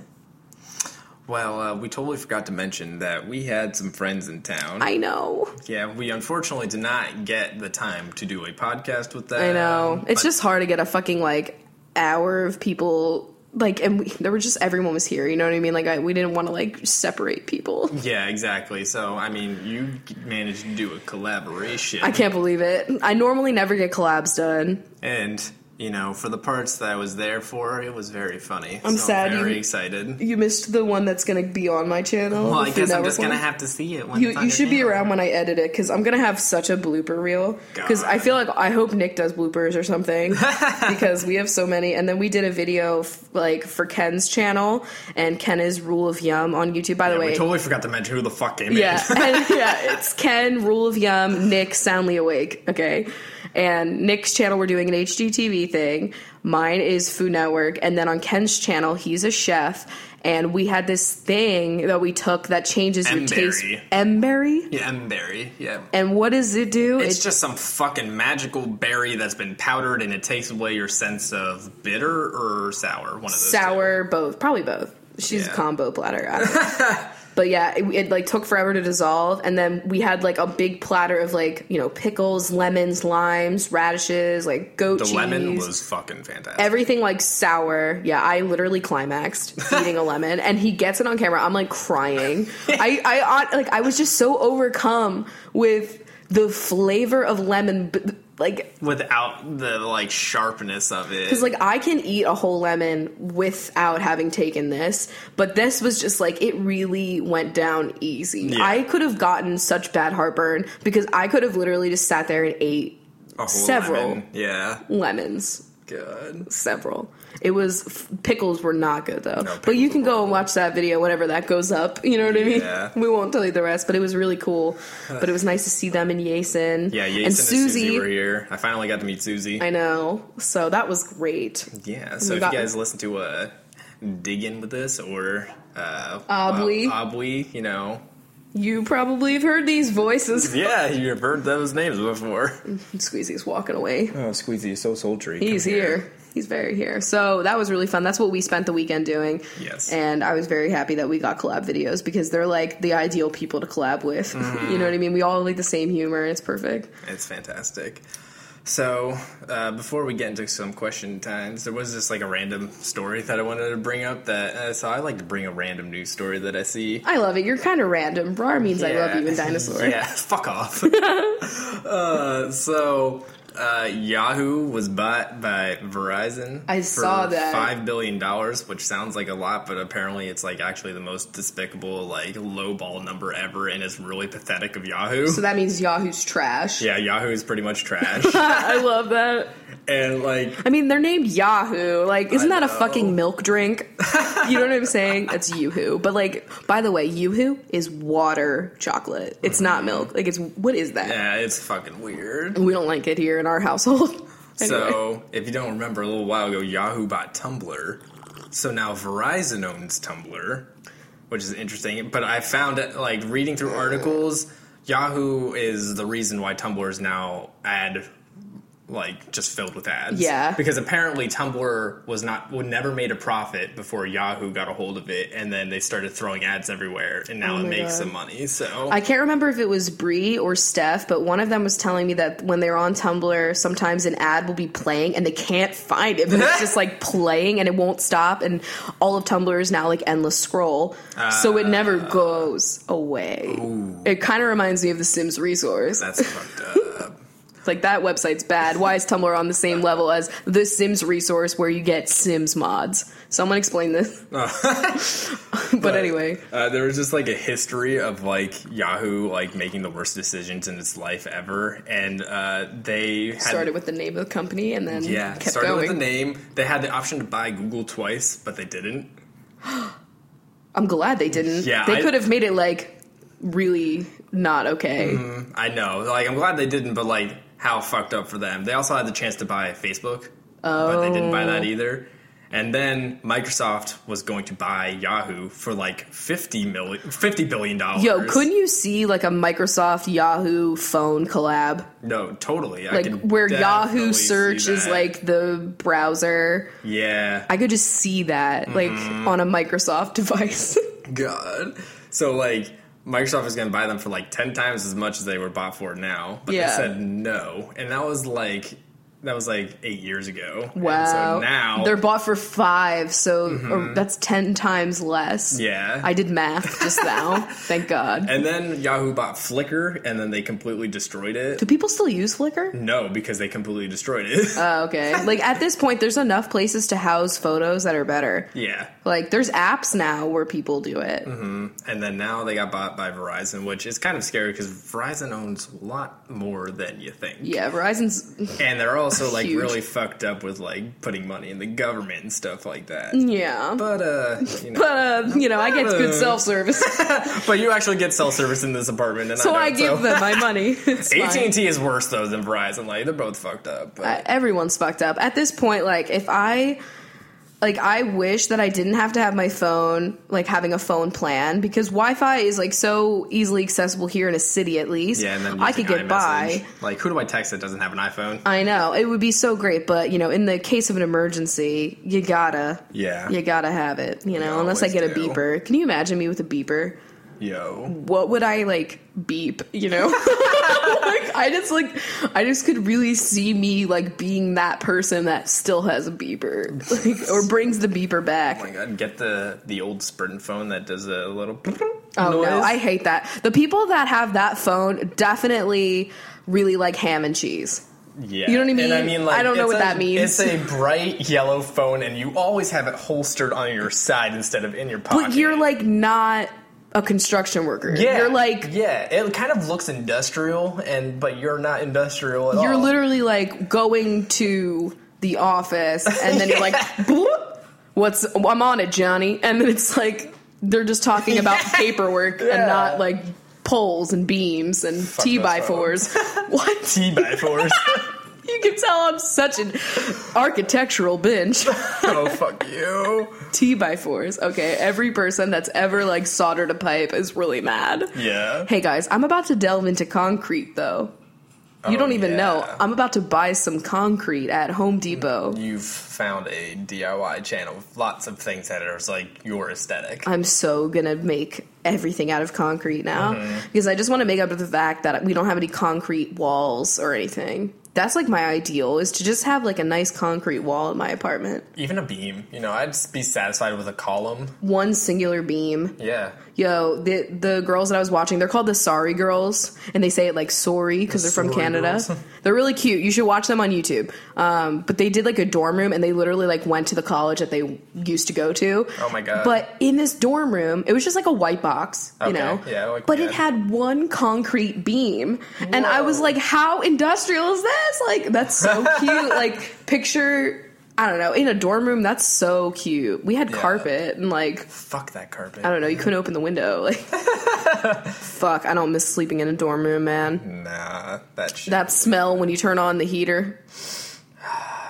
B: Well, uh, we totally forgot to mention that we had some friends in town.
C: I know.
B: yeah, we unfortunately did not get the time to do a podcast with them.
C: I know. It's
B: but-
C: just hard to get a fucking like hour of people. Like, and we, there were just everyone was here. You know what I mean? Like, I, we didn't want to like separate people.
B: yeah, exactly. So I mean, you managed to do a collaboration,
C: I can't believe it. I normally never get collabs done.
B: and you know, for the parts that I was there for, it was very funny.
C: I'm
B: So
C: sad
B: Very
C: you-
B: excited.
C: You missed the one that's gonna be on my channel.
B: Well, I
C: the Food
B: guess I'm
C: Network
B: just gonna
C: one.
B: have to see it. When
C: You,
B: it's on
C: you
B: your
C: should be
B: channel.
C: around when I edit it because I'm gonna have such a blooper reel because I
B: God.
C: feel like I hope Nick does bloopers or something because we have so many. And then we did a video f- like for Ken's channel and Ken is Rule of Yum on YouTube. By the
B: Yeah,
C: way,
B: we totally forgot to mention who the fuck came
C: yeah,
B: in.
C: and- yeah, it's Ken Rule of Yum, Nick Soundly Awake. Okay, and Nick's channel we're doing an HGTV thing. Mine is Food Network, and then on Ken's channel he's a chef. And we had this thing that we took that changes your taste.
B: Emberry.
C: Emberry.
B: yeah, and Barry. Yeah.
C: And what does it do?
B: It's
C: It-
B: just some fucking magical berry that's been powdered and it takes away your sense of bitter or sour. One of those.
C: sour, both, probably both. She's
B: Yeah.
C: combo platter. I don't know. But yeah, it, it like took forever to dissolve, and then we had like a big platter of like you know pickles, lemons, limes, radishes, like goat
B: The
C: cheese.
B: lemon was fucking fantastic.
C: everything like sour. Yeah, I literally climaxed eating a lemon, and he gets it on camera. I'm like crying. I, I on- like I was just so overcome with the flavor of lemon. But, like,
B: Without the like sharpness of it.
C: because like I can eat a whole lemon without having taken this, but this was just like it really went down easy.
B: Yeah.
C: I could have gotten such bad heartburn because I could have literally just sat there and ate
B: A whole
C: several.
B: lemon. Yeah.
C: lemons.
B: Good.
C: several. It was f- pickles were not good though. but
B: pickles
C: you can
B: were
C: go and watch that video whenever that goes up. You know what
B: Yeah.
C: I mean? We won't tell you the rest, but it was really cool. but it was nice to see them and Yason.
B: Yeah, Yates and,
C: and
B: Susie. were here. I finally got to meet Susie.
C: I know. So that was great.
B: yeah, so
C: we
B: if
C: got-
B: you guys listen to uh, Dig In With This or uh,
C: Obly.
B: uh, Obly, you know.
C: You probably have heard these voices.
B: Yeah, you've heard those names before.
C: Squeezy's walking away.
B: Oh, Squeezy is so sultry.
C: He's here. He's very here. So that was really fun. That's what we spent the weekend doing.
B: Yes.
C: And I was very happy that we got collab videos because they're like the ideal people to collab with. you know what I mean? We all like the same humor and it's perfect.
B: It's fantastic. So, uh, before we get into some question times, there was just like a random story that I wanted to bring up. That uh, so I like to bring a random news story that I see.
C: I love it. You're kind of random. Brar means I love you in dinosaur.
B: Yeah, fuck off. uh, so uh, Yahoo was bought by Verizon.
C: I saw that.
B: five billion dollars, which sounds like a lot, but apparently it's like actually the most despicable, like lowball number ever, and it's really pathetic of Yahoo.
C: So that means Yahoo's trash.
B: yeah, Yahoo is pretty much trash,
C: I love that.
B: and like
C: I mean, they're named Yahoo. Like, isn't
B: I
C: that a
B: know.
C: fucking milk drink? you know what I'm saying? That's Yoo-Hoo. But like, by the way, Yoo-Hoo is water chocolate. It's not milk. Like, it's what is that?
B: yeah, Eh, it's fucking weird.
C: We don't like it here in our household. Anyway.
B: So, if you don't remember, a little while ago, Yahoo bought Tumblr. So now Verizon owns Tumblr, which is interesting. But I found it, like, reading through articles, Yahoo is the reason why Tumblr is now ad, like, just filled with ads.
C: Yeah.
B: Because apparently Tumblr was not, would never made a profit before Yahoo got a hold of it. And then they started throwing ads everywhere. And now it makes
C: Oh God.
B: some money. So,
C: I can't remember if it was Bree or Steph, but one of them was telling me that when they're on Tumblr, sometimes an ad will be playing and they can't find it, but it's just like playing and it won't stop. And all of Tumblr is now like endless scroll, so it never
B: Ah.
C: goes away. It kind of reminds me of the Sims resource.
B: that's fucked up.
C: It's like that website's bad. Why is Tumblr on the same level as the Sims resource where you get Sims mods? Someone explain this. but, anyway,
B: Uh, there was just like a history of like Yahoo like making the worst decisions in its life ever, and uh, they had,
C: started with the name of the company and then
B: yeah
C: kept
B: started
C: going.
B: with the name. They had the option to buy Google twice, but they didn't.
C: I'm glad they didn't.
B: Yeah,
C: they
B: I-
C: could have made it like really not okay.
B: I know, like I'm glad they didn't, but like how fucked up for them. They also had the chance to buy Facebook, but they didn't buy
C: Oh.
B: that either. And then Microsoft was going to buy Yahoo for like fifty million, fifty billion dollars.
C: Yo, couldn't you see like a Microsoft Yahoo phone collab?
B: no, totally. I
C: Like
B: could
C: where
B: definitely
C: Yahoo
B: see
C: search is
B: that.
C: like the browser.
B: yeah.
C: I could just see that
B: Mm-hmm.
C: like on a Microsoft device.
B: God. So like Microsoft was going to buy them for like ten times as much as they were bought for now, but
C: Yeah.
B: they said no, and that was like that was like eight years ago. And
C: wow.
B: so now Mm-hmm.
C: they're bought for 5, so or that's 10 times less.
B: yeah.
C: I did math just now. Thank God.
B: and then Yahoo bought Flickr, and then they completely destroyed it.
C: Do people still use Flickr?
B: No, because they completely destroyed it.
C: Oh, okay. Like at this point, there's enough places to house photos that are better.
B: yeah.
C: Like there's apps now where people do it.
B: Mm-hmm. And then now they got bought by Verizon, which is kind of scary because Verizon owns a lot more than you think.
C: Yeah, Verizon's.
B: And they're also like
C: Huge.
B: really fucked up with like putting money in the government and stuff like that.
C: Mm. Yeah, but,
B: But uh, you know.
C: uh, you know, I get good self service,
B: But you actually get cell service in this apartment, and
C: so
B: I,
C: I
B: don't,
C: give
B: so.
C: them my money. It's fine.
B: AT and T is worse though than Verizon. Like they're both fucked up. But
C: Uh, everyone's fucked up at this point. Like if I. Like I wish that I didn't have to have my phone, like having a phone plan, because Wi-Fi is like so easily accessible here in a city, at least.
B: yeah, and then
C: I
B: using
C: could get by.
B: iMessage. Like who do I text that doesn't have an iPhone?
C: I know it would be so great, but you know, in the case of an emergency, you gotta,
B: Yeah.
C: you gotta have it. You know,
B: You
C: unless I
B: always
C: get a
B: do.
C: beeper. Can you imagine me with a beeper?
B: Yo.
C: what would I like beep, you know? like I just like I just could really see me like being that person that still has a beeper. Like or brings the beeper
B: Oh my
C: back.
B: god, get the the old Sprint phone that does a little.
C: Oh
B: noise.
C: no, I hate that. The people that have that phone definitely really like ham and cheese.
B: Yeah.
C: You know what I mean?
B: And I mean, like,
C: I don't know
B: it's
C: what
B: a-
C: that means.
B: It's a bright yellow phone, and you always have it holstered on your side instead of in your pocket.
C: But you're like not a construction worker.
B: yeah,
C: You're like
B: yeah. It kind of looks industrial, and but you're not industrial at
C: you're
B: all.
C: literally like going to the office and then you're like "Bloop. what's i'm on it johnny and then it's like they're just talking about paperwork and
B: Yeah.
C: not like poles and beams and t
B: those
C: by fours what
B: T by fours.
C: you can tell i'm such an architectural binge
B: oh fuck you.
C: t by fours okay every person that's ever like soldered a pipe is really mad
B: Yeah.
C: Hey guys, I'm about to delve into concrete though. You
B: Oh,
C: don't even
B: yeah.
C: know. I'm about to buy some concrete at Home Depot.
B: You've found a DIY channel with lots of things that are like your aesthetic.
C: I'm so gonna make everything out of concrete now
B: Mm-hmm.
C: because I just want to make up for the fact that we don't have any concrete walls or anything. That's like my ideal is to just have like a nice concrete wall in my apartment.
B: Even a beam, you know, I'd s- be satisfied with a column.
C: One singular beam.
B: Yeah.
C: Yo, the the girls that I was watching, they're called the Sorry Girls, and they say it like sorry because they're from
B: Sorry
C: Canada.
B: Girls.
C: They're really cute. You should watch them on YouTube. Um, but they did like a dorm room, and they literally like went to the college that they used to go to.
B: Oh my God.
C: But in this dorm room, it was just like a white box, you
B: Okay.
C: know.
B: Yeah, like we
C: but it
B: had.
C: had one concrete beam, and I was
B: Whoa.
C: like, "How industrial is this? Like, that's so cute. like, picture." I don't know. In a dorm room, that's so cute. We had
B: Yeah.
C: carpet and like
B: Fuck that carpet.
C: I don't know. You couldn't open the window. Like, fuck. I don't miss sleeping in a dorm room, man.
B: Nah, that shit.
C: That smell when you turn on the heater.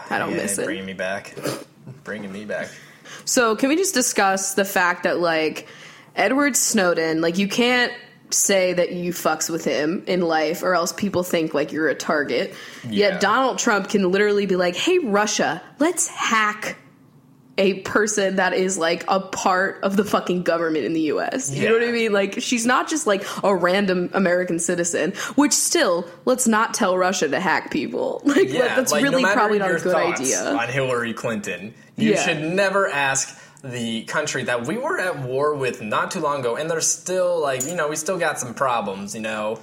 C: I don't
B: yeah,
C: miss it.
B: Bringing me back. bringing me back.
C: So, can we just discuss the fact that like Edward Snowden, like you can't say that you fucks with him in life or else people think like you're a target.
B: Yeah.
C: Yet Donald Trump can literally be like, "Hey Russia, let's hack a person that is like a part of the fucking government in the US." You know what I
B: Yeah.
C: mean? Like she's not just like a random American citizen, which still, let's not tell Russia to hack people. Like
B: Yeah,
C: that's
B: like, no
C: really
B: matter
C: probably not a
B: your
C: good
B: thoughts
C: idea.
B: On Hillary Clinton, you
C: Yeah.
B: should never ask the country that we were at war with not too long ago, and they're still like, you know, we still got some problems, you know,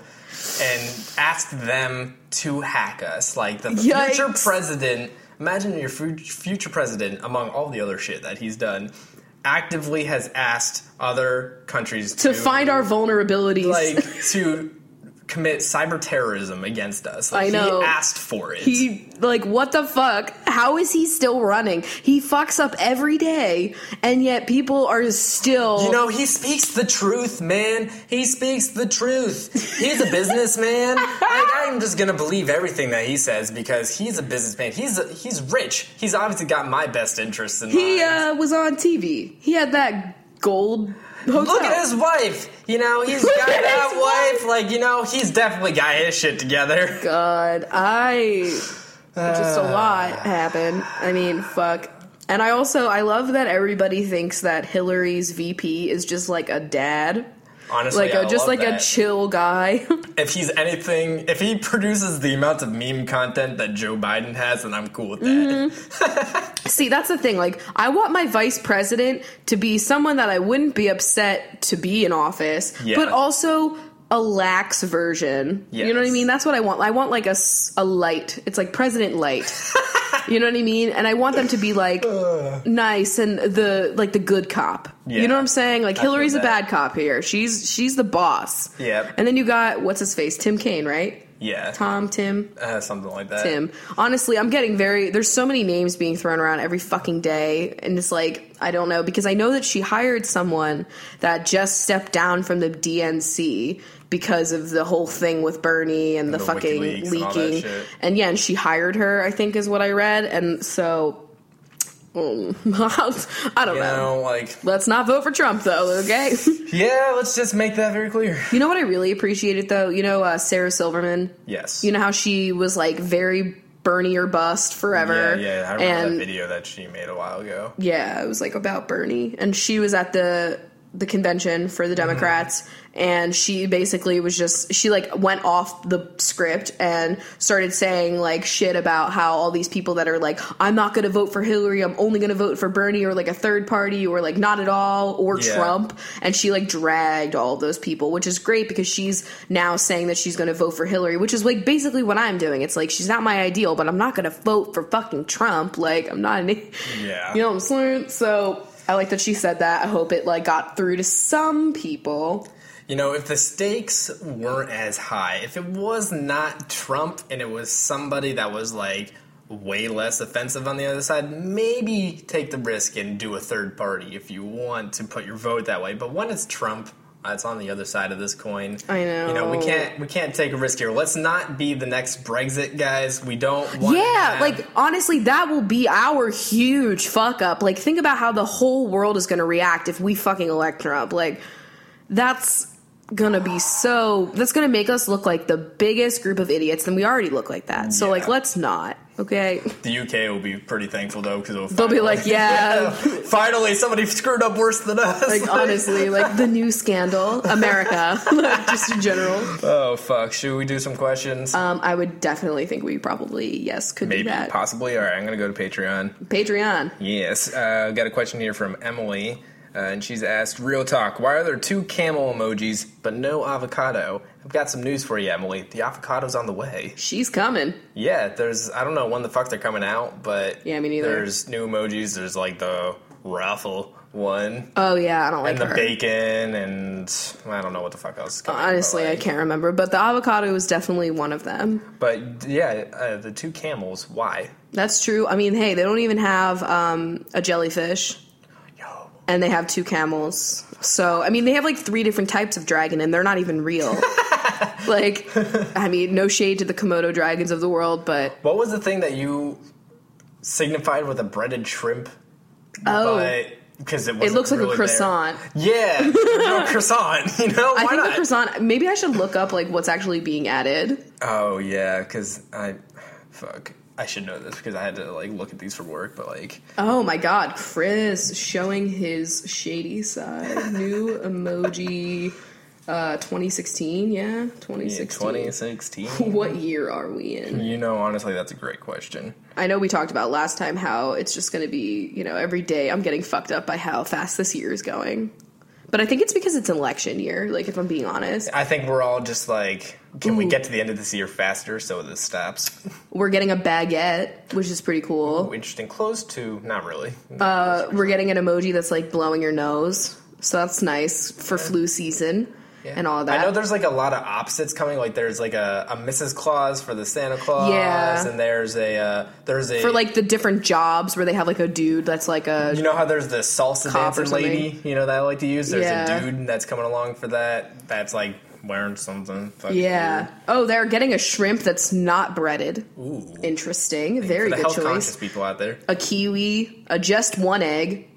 B: and ask them to hack us. Like the future
C: Yikes.
B: president. Imagine your fu- future president, among all the other shit that he's done, actively has asked other countries
C: to find our vulnerabilities.
B: like to commit cyber terrorism against us. Like,
C: I know.
B: he asked for it.
C: He like what the fuck? How is he still running? He fucks up every day, and yet people are still.
B: you know, he speaks the truth, man. He speaks the truth. He's a businessman. like, I'm just gonna believe everything that he says because he's a businessman. He's he's rich. He's obviously got my best interests in
C: he
B: mind.
C: uh, was on TV. He had that gold uh, hotel.
B: Look at his wife. You know, he's
C: Look
B: got
C: at his
B: that wife. Like, you know, he's definitely got his shit together.
C: God, I just a lot happened. I mean, fuck. And I also I love that everybody thinks that Hillary's VP is just like a dad,
B: Honestly,
C: like
B: I
C: a, just
B: love
C: like a
B: that.
C: chill guy.
B: if he's anything, if he produces the amount of meme content that Joe Biden has, then I'm cool with
C: Mm-hmm.
B: that.
C: See, that's the thing. Like, I want my vice president to be someone that I wouldn't be upset to be in office,
B: Yeah.
C: but also a lax version. You know what I
B: Yes.
C: mean? That's what I want. I want like a, s- a light. It's like president light. you know what I mean? And I want them to be like nice and the like the good cop.
B: Yeah.
C: You know what I'm saying? Like
B: I feel
C: Hillary's a
B: that.
C: bad cop here. She's she's the boss.
B: Yep.
C: And then you got what's his face? Tim Kaine, right?
B: Yeah,
C: Tom Tim.
B: uh, something like that.
C: Tim. Honestly, I'm getting very. There's so many names being thrown around every fucking day, and it's like I don't know because I know that she hired someone that just stepped down from the DNC because of the whole thing with Bernie and, the,
B: the
C: fucking
B: WikiLeaks and all that
C: leaking.
B: shit.
C: And yeah, and she hired her. I think is what I read, and so. um, I don't
B: You
C: know.
B: know, like
C: Let's not vote for Trump, though, okay?
B: yeah. Let's just make that very clear.
C: you know what I really appreciated, though? You know, uh, Sarah Silverman?
B: Yes.
C: You know how she was like very Bernie or bust
B: Yeah,
C: forever.
B: yeah. I remember
C: and
B: that video that she made a while ago.
C: Yeah, it was like about Bernie, and she was at the the convention for the
B: Mm-hmm.
C: Democrats, and she basically was just she like went off the script and started saying like shit about how all these people that are like I'm not going to vote for Hillary, I'm only going to vote for Bernie or like a third party or like not at all or
B: Yeah.
C: Trump, and she like dragged all those people, which is great because she's now saying that she's going to vote for Hillary, which is like basically what I'm doing. It's like she's not my ideal, but I'm not going to vote for fucking Trump. Like I'm not an
B: Yeah.
C: you know what I'm saying? So I like that she said that. I hope it like got through to some people.
B: You know, if the stakes weren't as high, if it was not Trump and it was somebody that was like way less offensive on the other side, maybe take the risk and do a third party if you want to put your vote that way. But when it's Trump, uh, it's on the other side of this coin.
C: I know.
B: You know, we can't we can't take a risk here. Let's not be the next Brexit guys. We don't want to
C: yeah,
B: have-
C: like honestly, that will be our huge fuck up. Like think about how the whole world is going to react if we fucking elect Trump. Like that's gonna be so. That's gonna make us look like the biggest group of idiots, and we already look like that. So like,
B: Yeah.
C: let's not. Okay.
B: the UK will be pretty thankful though because
C: They'll be like, yeah.
B: finally somebody screwed up worse than us.
C: Like honestly, like the new scandal, America, like, just in general.
B: Oh fuck! Should we do some questions?
C: Um, I would definitely think we probably yes could
B: Maybe,
C: do that.
B: possibly. All right, I'm going to go to Patreon.
C: Patreon.
B: Yes, uh, got a question here from Emily, uh, and she's asked, "Real talk, why are there two camel emojis but no avocado?" I've got some news for you, Emily. The avocado's on the way.
C: She's coming.
B: Yeah, there's I don't know when the fuck they're coming out, but
C: Yeah, me neither.
B: There's new emojis. There's like the raffle one
C: Oh yeah, I don't like
B: and the
C: her. Uh,
B: bacon, and I don't know what the fuck else. Is coming, but,
C: Honestly, I
B: like-
C: can't remember, but the avocado was definitely one of them.
B: But yeah, uh, the two camels. Why?
C: That's true. I mean, hey, they don't even have um, a jellyfish,
B: Yo.
C: and they have two camels. So I mean, they have like three different types of dragon, and they're not even real. like, I mean, no shade to the Komodo dragons of the world, but
B: What was the thing that you signified with a breaded shrimp?
C: oh,
B: because it,
C: it
B: wasn't
C: looks like
B: really
C: a croissant.
B: There. Yeah, no croissant. You know why
C: I think
B: not?
C: the croissant. Maybe I should look up like what's actually being added.
B: oh yeah, because I fuck. I should know this because I had to like look at these for work, but like
C: Oh my god, Chris showing his shady side. New emoji uh 2016, yeah, 2016.
B: 2016.
C: what year are we in?
B: you know, honestly, that's a great question.
C: I know we talked about last time how it's just going to be, you know, every day I'm getting fucked up by how fast this year is going. But I think it's because it's an election year, like if I'm being honest.
B: I think we're all just like, can we get to the end of this year faster so this stops? Oh,
C: We're getting a baguette, which is pretty cool.
B: Interesting. Close to not really.
C: Uh, we're getting an emoji that's like blowing your nose. So that's nice for flu season and all that.
B: I know there's like a lot of opposites coming. Like there's like a, a Mrs. Claus for the Santa Claus,
C: Yeah.
B: and there's a uh, there's a
C: for like the different jobs where they have like a dude that's like a
B: you know how there's the salsa
C: Cop or
B: dancing lady, you know that I like to use. There's
C: Yeah.
B: a dude that's coming along for that. That's like wearing something. fucking
C: yeah. Oh, they're getting a shrimp that's not breaded.
B: Ooh.
C: Interesting. Very
B: for the
C: good
B: health
C: choice.
B: conscious people out there.
C: A kiwi, a just one egg.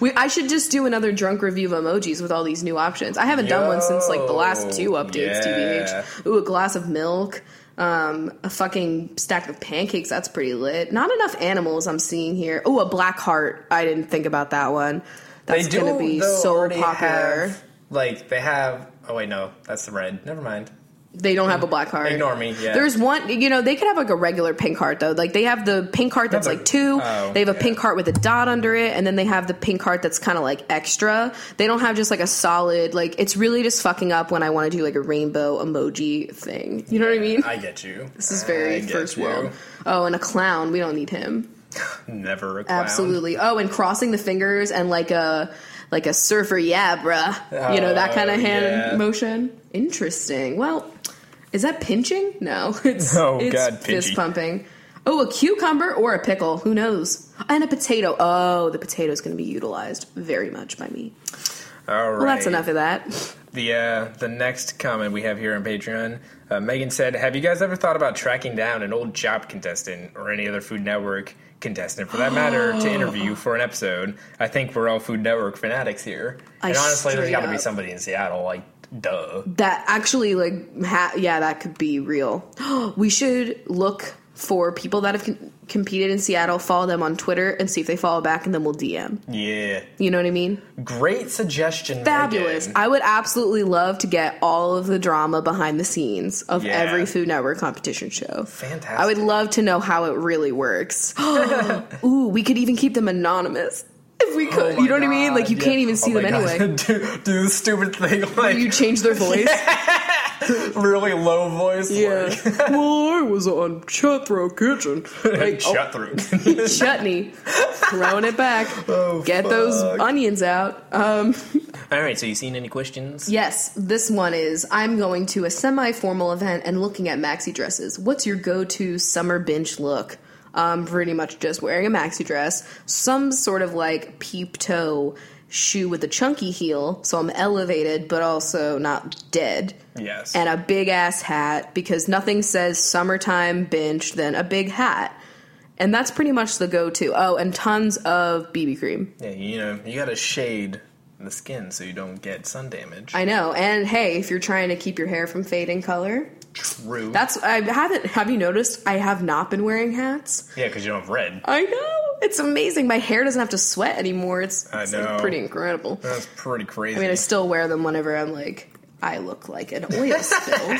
C: we I should just do another drunk review of emojis with all these new options. I haven't done one since like the last two
B: Yo,
C: updates.
B: yeah.
C: TBH. Ooh, a glass of milk. Um, a fucking stack of pancakes. That's pretty lit. Not enough animals I'm seeing here. Oh, a black heart. I didn't think about that one. That's
B: they do
C: gonna be
B: though,
C: so
B: already
C: popular.
B: Have, like they have. Oh wait, no, that's the red. Never mind.
C: They don't have a black heart.
B: Mm. Ignore me, yeah.
C: There's one. You know, they could have like a regular pink heart though. Like they have the pink heart that's
B: but-
C: like two.
B: oh,
C: they have a
B: yeah.
C: pink heart with a dot under it, and then they have the pink heart that's kind of like extra. They don't have just like a solid. Like it's really just fucking up when I want to do like a rainbow emoji thing. You know what I mean?
B: I get you.
C: this is very first world. Oh, and a clown. We don't need him.
B: Never a clown.
C: Absolutely. Oh, and crossing the fingers and like a like a surfer, yeah, bruh. you know that kind
B: Oh,
C: of hand
B: yeah.
C: motion. Interesting. Well, is that pinching? No, it's
B: Oh,
C: it's
B: God,
C: fist
B: pinchy.
C: pumping. Oh, a cucumber or a pickle? Who knows? And a potato. Oh, the potato is going to be utilized very much by me.
B: All right.
C: Well, that's enough of that.
B: The uh, the next comment we have here on Patreon, uh, Megan said, "Have you guys ever thought about tracking down an old job contestant or any other Food Network contestant, for that matter, to interview for an episode? I think we're all Food Network fanatics here,
C: I
B: and honestly, there's
C: straight
B: got to be
C: up-
B: somebody in Seattle, like, duh."
C: That actually, like, ha- yeah, that could be real. we should look for people that have com- competed in Seattle. Follow them on Twitter and see if they follow back, and then we'll DM.
B: Yeah.
C: You know what I mean?
B: Great suggestion.
C: Fabulous.
B: Megan.
C: I would absolutely love to get all of the drama behind the scenes of
B: Yeah.
C: every Food Network competition show.
B: Fantastic.
C: I would love to know how it really works. Ooh, we could even keep them anonymous if we
B: Oh
C: could.
B: my
C: you know what I mean?
B: God,
C: Like you
B: yeah.
C: can't even see
B: Oh my
C: them
B: God.
C: anyway.
B: do, do the stupid thing like
C: You change their voice.
B: really low voice.
C: Yeah.
B: Like,
C: well, I was on Jethro Kitchen. Like, oh,
B: shut through.
C: chutney. Throwing it back.
B: Oh,
C: Get those
B: fuck.
C: onions out. Um,
B: All right. So you seen any questions?
C: yes, this one is I'm going to a semi formal event and looking at maxi dresses. What's your go to summer bench look? Um, pretty much just wearing a maxi dress, some sort of like peep toe shoe with a chunky heel, so I'm elevated but also not dead.
B: Yes.
C: and a big ass hat because nothing says summertime bench than a big hat. And that's pretty much the go to. Oh, and tons of BB cream.
B: yeah. You know, you gotta shade the skin so you don't get sun damage.
C: I know. And hey, if you're trying to keep your hair from fading color,
B: True.
C: that's I haven't have you noticed I have not been wearing hats?
B: yeah, because you don't have red.
C: I know. It's amazing. My hair doesn't have to sweat anymore. It's,
B: I
C: it's, like,
B: know.
C: pretty incredible.
B: That's pretty crazy.
C: I mean, I still wear them whenever I'm like, I look like an oil spill.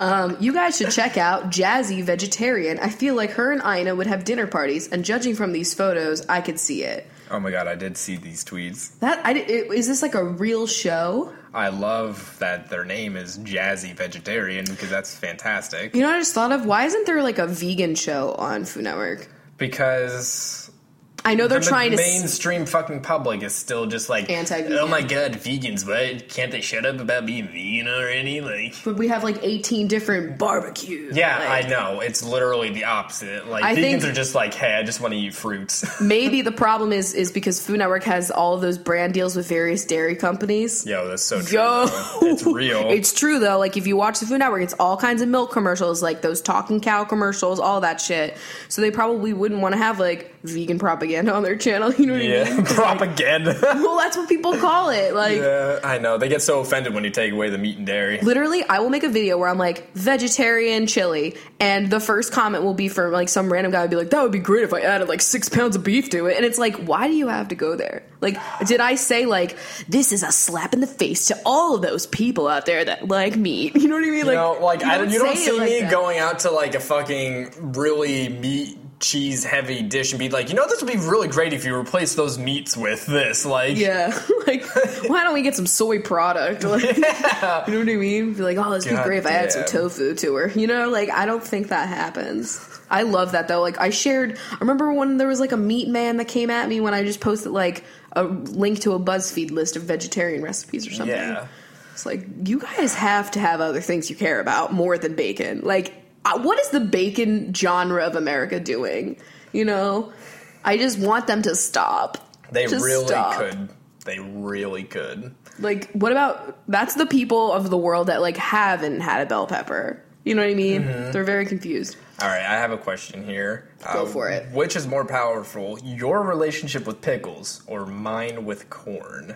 C: Um, you guys should check out Jazzy Vegetarian. I feel like her and Ina would have dinner parties, and judging from these photos, I could see it.
B: oh my god, I did see these tweets.
C: That I, di- it- is this like a real show?
B: I love that their name is Jazzy Vegetarian because that's fantastic.
C: You know, what I just thought of why isn't there like a vegan show on Food Network?
B: Because
C: I know they're
B: the
C: trying to. s-
B: mainstream fucking public is still just like
C: Anti-vegan.
B: Oh my god, vegans! What can't they shut up about being vegan already? Like,
C: but we have like 18 different barbecues.
B: yeah,
C: like-
B: I know it's literally the opposite. Like,
C: I
B: vegans
C: think-
B: are just like, hey, I just want to eat fruits.
C: Maybe the problem is is because Food Network has all of those brand deals with various dairy companies.
B: Yo, that's so true.
C: Yo,
B: though. it's real.
C: It's true though. Like if you watch the Food Network, it's all kinds of milk commercials, like those talking cow commercials, all that shit. So they probably wouldn't want to have like vegan propaganda on their channel. You know what I
B: yeah,
C: mean?
B: propaganda.
C: Well, that's what people call it. Like
B: yeah, I know. They get so offended when you take away the meat and dairy.
C: literally, I will make a video where I'm like vegetarian chili, and the first comment will be from like some random guy would be like, "That would be great if I added like six pounds of beef to it," and it's like, why do you have to go there? Like, did I say like this is a slap in the face to all of those people out there that like meat? You know what I mean?
B: You know, like I don't, you don't
C: say it
B: see
C: like
B: me
C: that.
B: going out to like a fucking really meat cheese heavy dish and be like, you know, this would be really great if you replace those meats with this. Like,
C: Yeah, like why don't we get some soy product? Like, You know what I mean? Be like, oh, this would be
B: God
C: great if I added some
B: damn.
C: tofu to her. You know, like I don't think that happens. I love that though. Like I shared, I remember when there was like a meat man that came at me when I just posted like a link to a BuzzFeed list of vegetarian recipes or something.
B: yeah.
C: It's like you guys have to have other things you care about more than bacon. Like, I- what is the bacon genre of America doing? You know, I just want them to stop.
B: They
C: Just
B: really
C: stop.
B: could. They really could.
C: Like, what about that's the people of the world that like haven't had a bell pepper? You know what I mean? They're very confused.
B: All right, I have a question here. Um,
C: Go for it.
B: Which is more powerful, your relationship with pickles or mine with corn? Uh,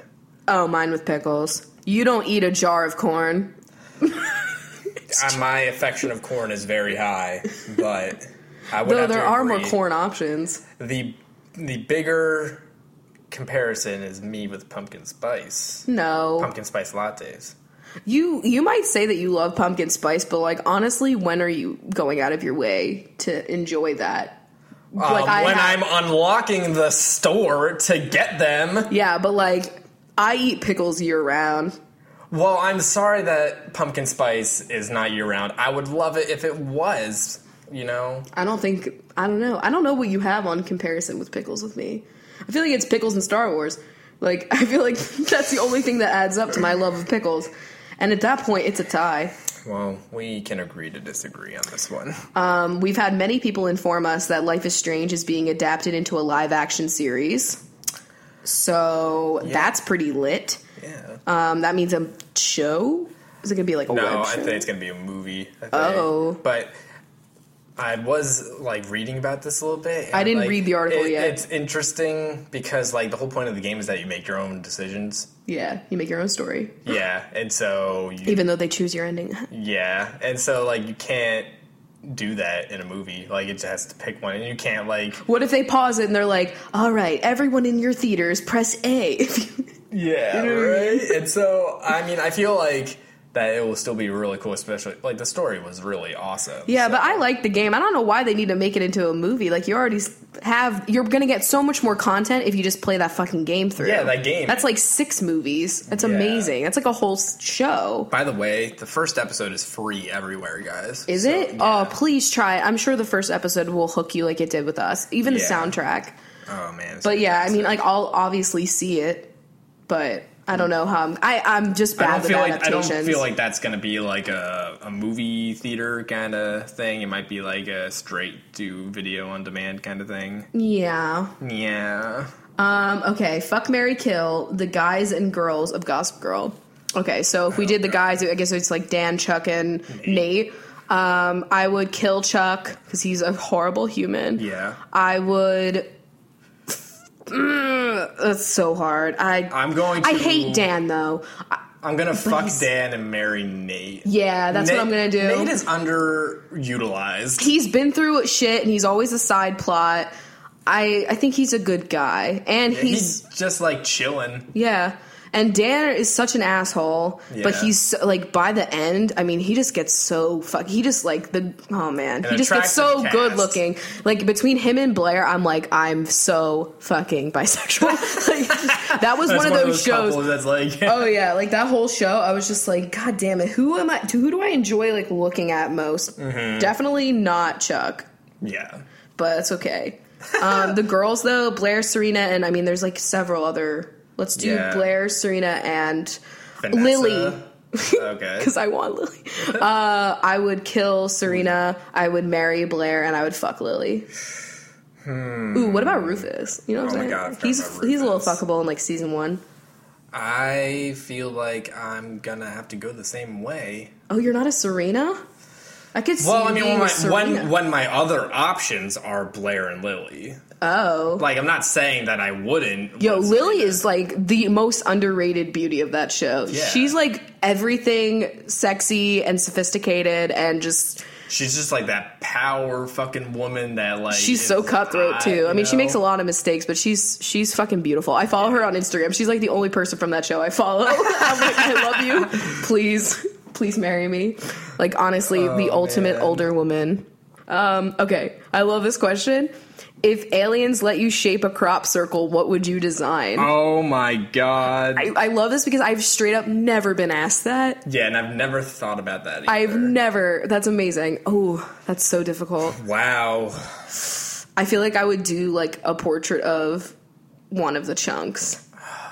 C: Oh, mine with pickles. You don't eat a jar of corn.
B: Uh, my affection of corn is very high, but I would
C: Though
B: have
C: there
B: to
C: are more
B: agree.
C: corn options.
B: The the bigger comparison is me with pumpkin spice.
C: No.
B: Pumpkin spice lattes.
C: You you might say that you love pumpkin spice, but like honestly, when are you going out of your way to enjoy that? Like,
B: Um,
C: I
B: when
C: have-
B: I'm unlocking the store to get them.
C: Yeah, but like I eat pickles year round.
B: Well, I'm sorry that pumpkin spice is not year round. I would love it if it was, you know?
C: I don't think I don't know. I don't know what you have on comparison with pickles with me. I feel like it's pickles and Star Wars. Like I feel like that's the only thing that adds up to my love of pickles. And at that point, it's a tie.
B: Well, we can agree to disagree on this one.
C: Um, we've had many people inform us that Life is Strange is being adapted into a live action series. So that's pretty lit.
B: yeah.
C: Um, that means a show? Is it going to be like a
B: no,
C: web
B: I
C: show?
B: think it's going to be a movie. I think.
C: Oh.
B: But I was like reading about this a little bit. and,
C: I didn't
B: like,
C: read the article
B: it-
C: yet.
B: It's interesting because like the whole point of the game is that you make your own decisions.
C: yeah, you make your own story.
B: Yeah, and so you,
C: Even though they choose your ending.
B: yeah, and so like you can't do that in a movie. Like it just has to pick one, and you can't like
C: What if they pause it and they're like, all right, everyone in your theaters, press A. If you-
B: Yeah,
C: know what I
B: right. and so, I mean, I feel like that it will still be really cool, especially like the story was really awesome.
C: yeah,
B: so-
C: but I like the game. I don't know why they need to make it into a movie. Like, you already s- have, you're going to get so much more content if you just play that fucking game through.
B: Yeah, that game.
C: That's like six movies. That's
B: Yeah.
C: amazing. That's like a whole s- show.
B: By the way, the first episode is free everywhere, guys.
C: Is
B: So,
C: it?
B: yeah.
C: Oh, please try it. I'm sure the first episode will hook you like it did with us, even
B: Yeah.
C: the soundtrack.
B: Oh man. it's
C: But yeah, I mean, like
B: fantastic.
C: I'll obviously see it, but I don't know how I'm. I, I'm just
B: I
C: bad
B: don't
C: with
B: feel like I
C: adaptations.
B: don't feel like that's gonna be like a, a movie theater kind of thing. It might be like a straight to video on demand kind of thing.
C: yeah.
B: Yeah.
C: Um. Okay. Fuck Mary Kill the guys and girls of Gossip Girl. Okay. So if we did the guys, I guess it's like Dan, Chuck, and Nate. Um. I would kill Chuck because he's a horrible human.
B: Yeah.
C: I would. Mm, that's so hard. I
B: I'm going. To,
C: I hate Dan though. I-
B: I'm gonna fuck
C: he's-
B: Dan and marry Nate.
C: Yeah, that's what I'm gonna
B: Nate-
C: do.
B: Nate is underutilized.
C: he's been through shit, and he's always a side plot. I I think he's a good guy, and he's
B: He's just like chilling.
C: yeah. And Dan is such an asshole, but
B: Yeah.
C: he's so- like by the end, I mean, he just gets so fuck. He just like the oh man, he just gets so
B: attractive cast.
C: good looking. Like between him and Blair, I'm like I'm so fucking bisexual. like, that was one of those, shows.
B: couples that's like,
C: Oh yeah, like that whole show, I was just like, God damn it, who am I? To who do I enjoy like looking at most?
B: Mm-hmm.
C: Definitely not Chuck,
B: yeah,
C: but it's okay. Um, the girls though, Blair, Serena, and I mean, there's like several other. Let's do
B: Yeah.
C: Blair, Serena, and
B: Vanessa.
C: Lily.
B: Okay,
C: because I want Lily. Uh, I would kill Serena. I would marry Blair, and I would fuck Lily. Ooh, what about Rufus? You know what
B: Hmm. Oh my
C: I'm saying?
B: God, I forgot
C: he's
B: about
C: he's a little
B: Rufus.
C: fuckable in like season one.
B: I feel like I'm gonna have to go the same way.
C: Oh, you're not a Serena? I could see.
B: Well,
C: you
B: I mean,
C: being
B: when
C: a
B: my,
C: Serena.
B: when, when my other options are Blair and Lily.
C: Oh.
B: Like, I'm not saying that I wouldn't.
C: Yo,
B: with
C: Lily
B: Serena.
C: is like the most underrated beauty of that show.
B: Yeah.
C: She's like everything sexy and sophisticated and just
B: She's just like that power fucking woman that like.
C: she's
B: is
C: so cutthroat
B: hot,
C: too. I mean,
B: you
C: she makes a
B: know?
C: lot of mistakes, but she's she's fucking beautiful. I follow her on Instagram. She's like the only person from that show I follow. I'm like, I love you. Please, please marry me. Like honestly, the ultimate
B: Oh, man.
C: older woman. Um, okay, I love this question. If aliens let you shape a crop circle, what would you design?
B: Oh my god.
C: I, I love this because I've straight up never been asked that.
B: yeah, and I've never thought about that. Either.
C: I've never. That's amazing. Oh, that's so difficult.
B: Wow.
C: I feel like I would do like a portrait of one of the chunks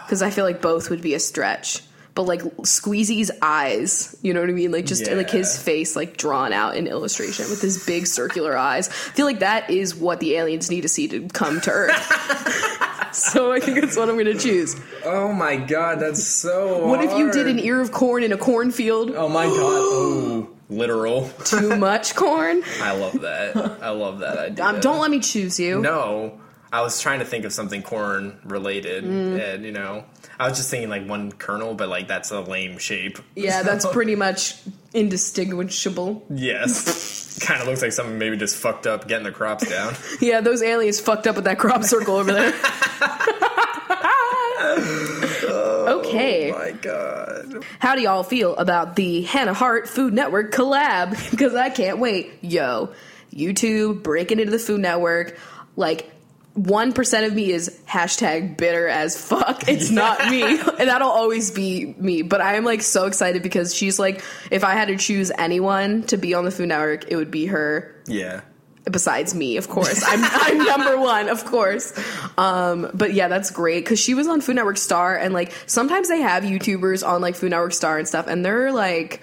C: because I feel like both would be a stretch. But like Squeezy's eyes, you know what I mean? Like just like his
B: Yeah.
C: face, like drawn out in illustration with his big circular eyes. I feel like that is what the aliens need to see to come to Earth. so I think that's what I'm going to choose.
B: Oh my god, that's so.
C: What if you did an e
B: hard.
C: ear of corn in a cornfield?
B: Oh my god. Oh, literal.
C: too much corn.
B: I love that. I love that idea.
C: Um, don't let me choose you.
B: No, I was trying to think of something corn related,
C: Mm.
B: and you know, I was just thinking like one kernel, but like that's a lame shape.
C: Yeah, that's pretty much indistinguishable.
B: Yes, kind of looks like something maybe just fucked up getting the crops down.
C: Yeah, those aliens fucked up with that crop circle over there. okay.
B: Oh my god.
C: How do y'all feel about the Hannah Hart Food Network collab? Because I can't wait. Yo, YouTube breaking into the Food Network. Like, 1% of me is hashtag bitter as fuck. It's not me. And that'll always be me. But I am like so excited because she's like, if I had to choose anyone to be on the Food Network, it would be her
B: Yeah.
C: besides me, of course. I'm, I'm number one, of course. Um, but yeah, that's great because she was on Food Network Star, and like sometimes they have YouTubers on like Food Network Star and stuff, and they're like,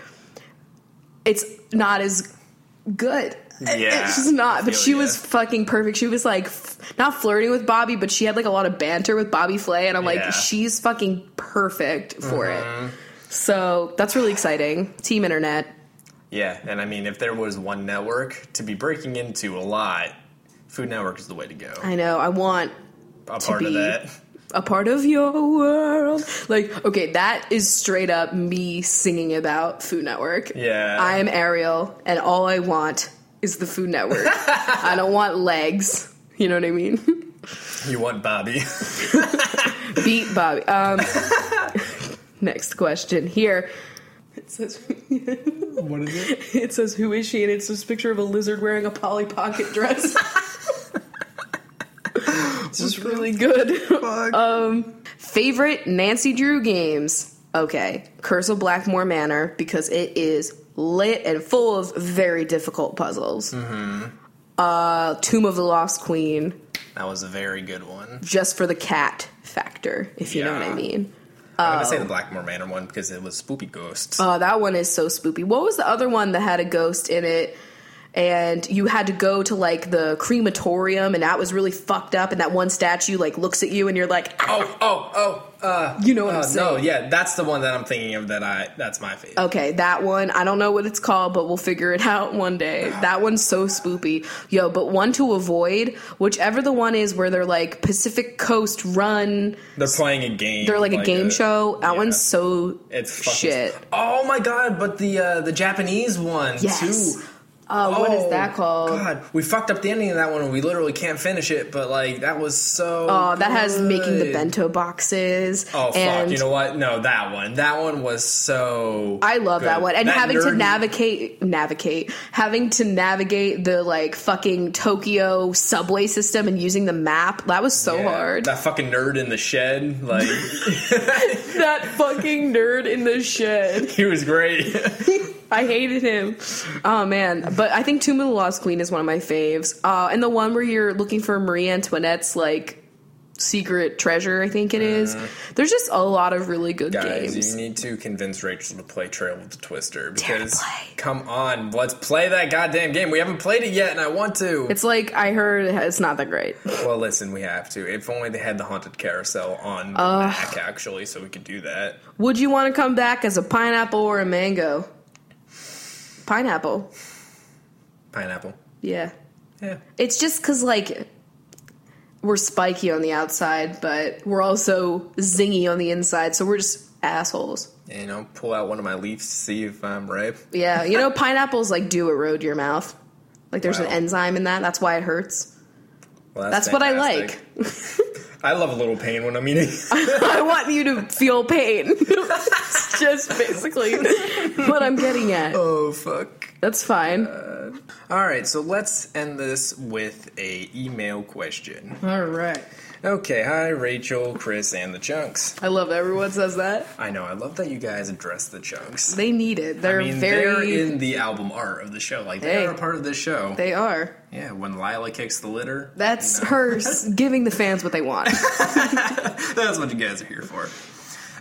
C: it's not as good.
B: Yeah,
C: it's just not.
B: I
C: But
B: feel
C: she
B: ya.
C: was fucking perfect. She was like f- not flirting with Bobby, but she had like a lot of banter with Bobby Flay, and I'm like,
B: Yeah. Mm-hmm.
C: she's fucking perfect for it. So that's really exciting. Team Internet.
B: Yeah, and I mean, if there was one network to be breaking into a lot, Food Network is the way to go.
C: I know. I want
B: A part of
C: be-
B: that.
C: a part of your world. Like, okay, that is straight up me singing about Food Network.
B: Yeah.
C: I am Ariel, and all I want is the Food Network. I don't want legs. You know what I mean?
B: You want Bobby.
C: Beat Bobby. Um, next question here. It says
B: what is it?
C: it says who is she and it's this picture of a lizard wearing a Polly Pocket dress. this is really good.
B: Fuck.
C: Favorite Nancy Drew games. Okay, Curse of Blackmore Manor because it is lit and full of very difficult puzzles. Mm-hmm. Uh, Tomb of the Lost Queen,
B: that was a very good one.
C: just for the cat factor, if you know what I
B: Yeah.
C: mean.
B: I'm gonna say the Blackmore Manor one because it was spoopy ghosts.
C: Oh, that one is so spoopy. What was the other one that had a ghost in it? And you had to go to like the crematorium, and that was really fucked up. And that one statue like looks at you, and you're like, "Ah."
B: oh, oh, oh. Uh,
C: You know what
B: uh,
C: I'm saying.
B: No,
C: Oh.
B: yeah, that's the one that I'm thinking of. That I. That's my favorite.
C: okay, that one. I don't know what it's called, but we'll figure it out one day. That one's so spoopy, yo. But one to avoid, whichever the one is where they're like Pacific Coast Run,
B: They're playing a game. uh,
C: they're like, a game show. That
B: yeah.
C: one's so
B: It's fucking
C: shit.
B: Oh my god! But the uh, the Japanese one
C: Yes.
B: too.
C: Uh, what is that
B: Oh,
C: called?
B: God, we fucked up the ending of that one, and we literally can't finish it. But like, that was so.
C: Oh, that has making the
B: good.
C: bento boxes.
B: Oh
C: and
B: fuck! You know what? No, that one. That one was so.
C: I love that
B: good.
C: one. And having to
B: nerdy-
C: navigate navigate having to navigate the like fucking Tokyo subway system and using the map, that was so
B: Yeah,
C: hard. That,
B: That fucking nerd in the shed, like
C: fucking nerd in the shed.
B: he was great.
C: I hated him. Oh man. But I think Tomb of the Lost Queen is one of my faves. Uh and the one where you're looking for Marie Antoinette's like secret treasure, I think it is. There's just a lot of really good
B: Uh-huh. Guys,
C: games.
B: you need to convince Rachel to play Trail of the Twister
C: Dare to
B: because
C: play.
B: come on, let's play that goddamn game. We haven't played it yet, and I want to.
C: It's like I heard it's not that great.
B: well, listen, we have to. If only they had the haunted carousel on the Mac actually, so we could do that.
C: Would you want to come back as a pineapple or a mango? Pineapple.
B: Pineapple.
C: Yeah.
B: Yeah.
C: It's just because, like, we're spiky on the outside, but we're also zingy on the inside, so we're just assholes.
B: You know, pull out one of my leaves to see if I'm ripe.
C: Yeah. You know, pineapples, like, do erode your mouth. Like, there's an
B: Wow.
C: enzyme in that. That's why it hurts.
B: Well,
C: That's what I
B: fantastic. I love a little pain when I'm eating.
C: I want you to feel pain. It's just basically what I'm getting at.
B: oh Uh, fuck.
C: That's fine.
B: All right, so let's end this with a email question.
C: All right.
B: Okay, hi Rachel, Chris, and the Chunks.
C: I love everyone says that.
B: I know I love that you guys address the Chunks.
C: They need it. They're
B: I mean,
C: very.
B: they're in the album art of the show. Like they
C: Hey.
B: are a part of this show.
C: They are.
B: yeah, when Lila kicks the litter,
C: That's
B: you know.
C: her s- giving the fans what they want.
B: That's what you guys are here for.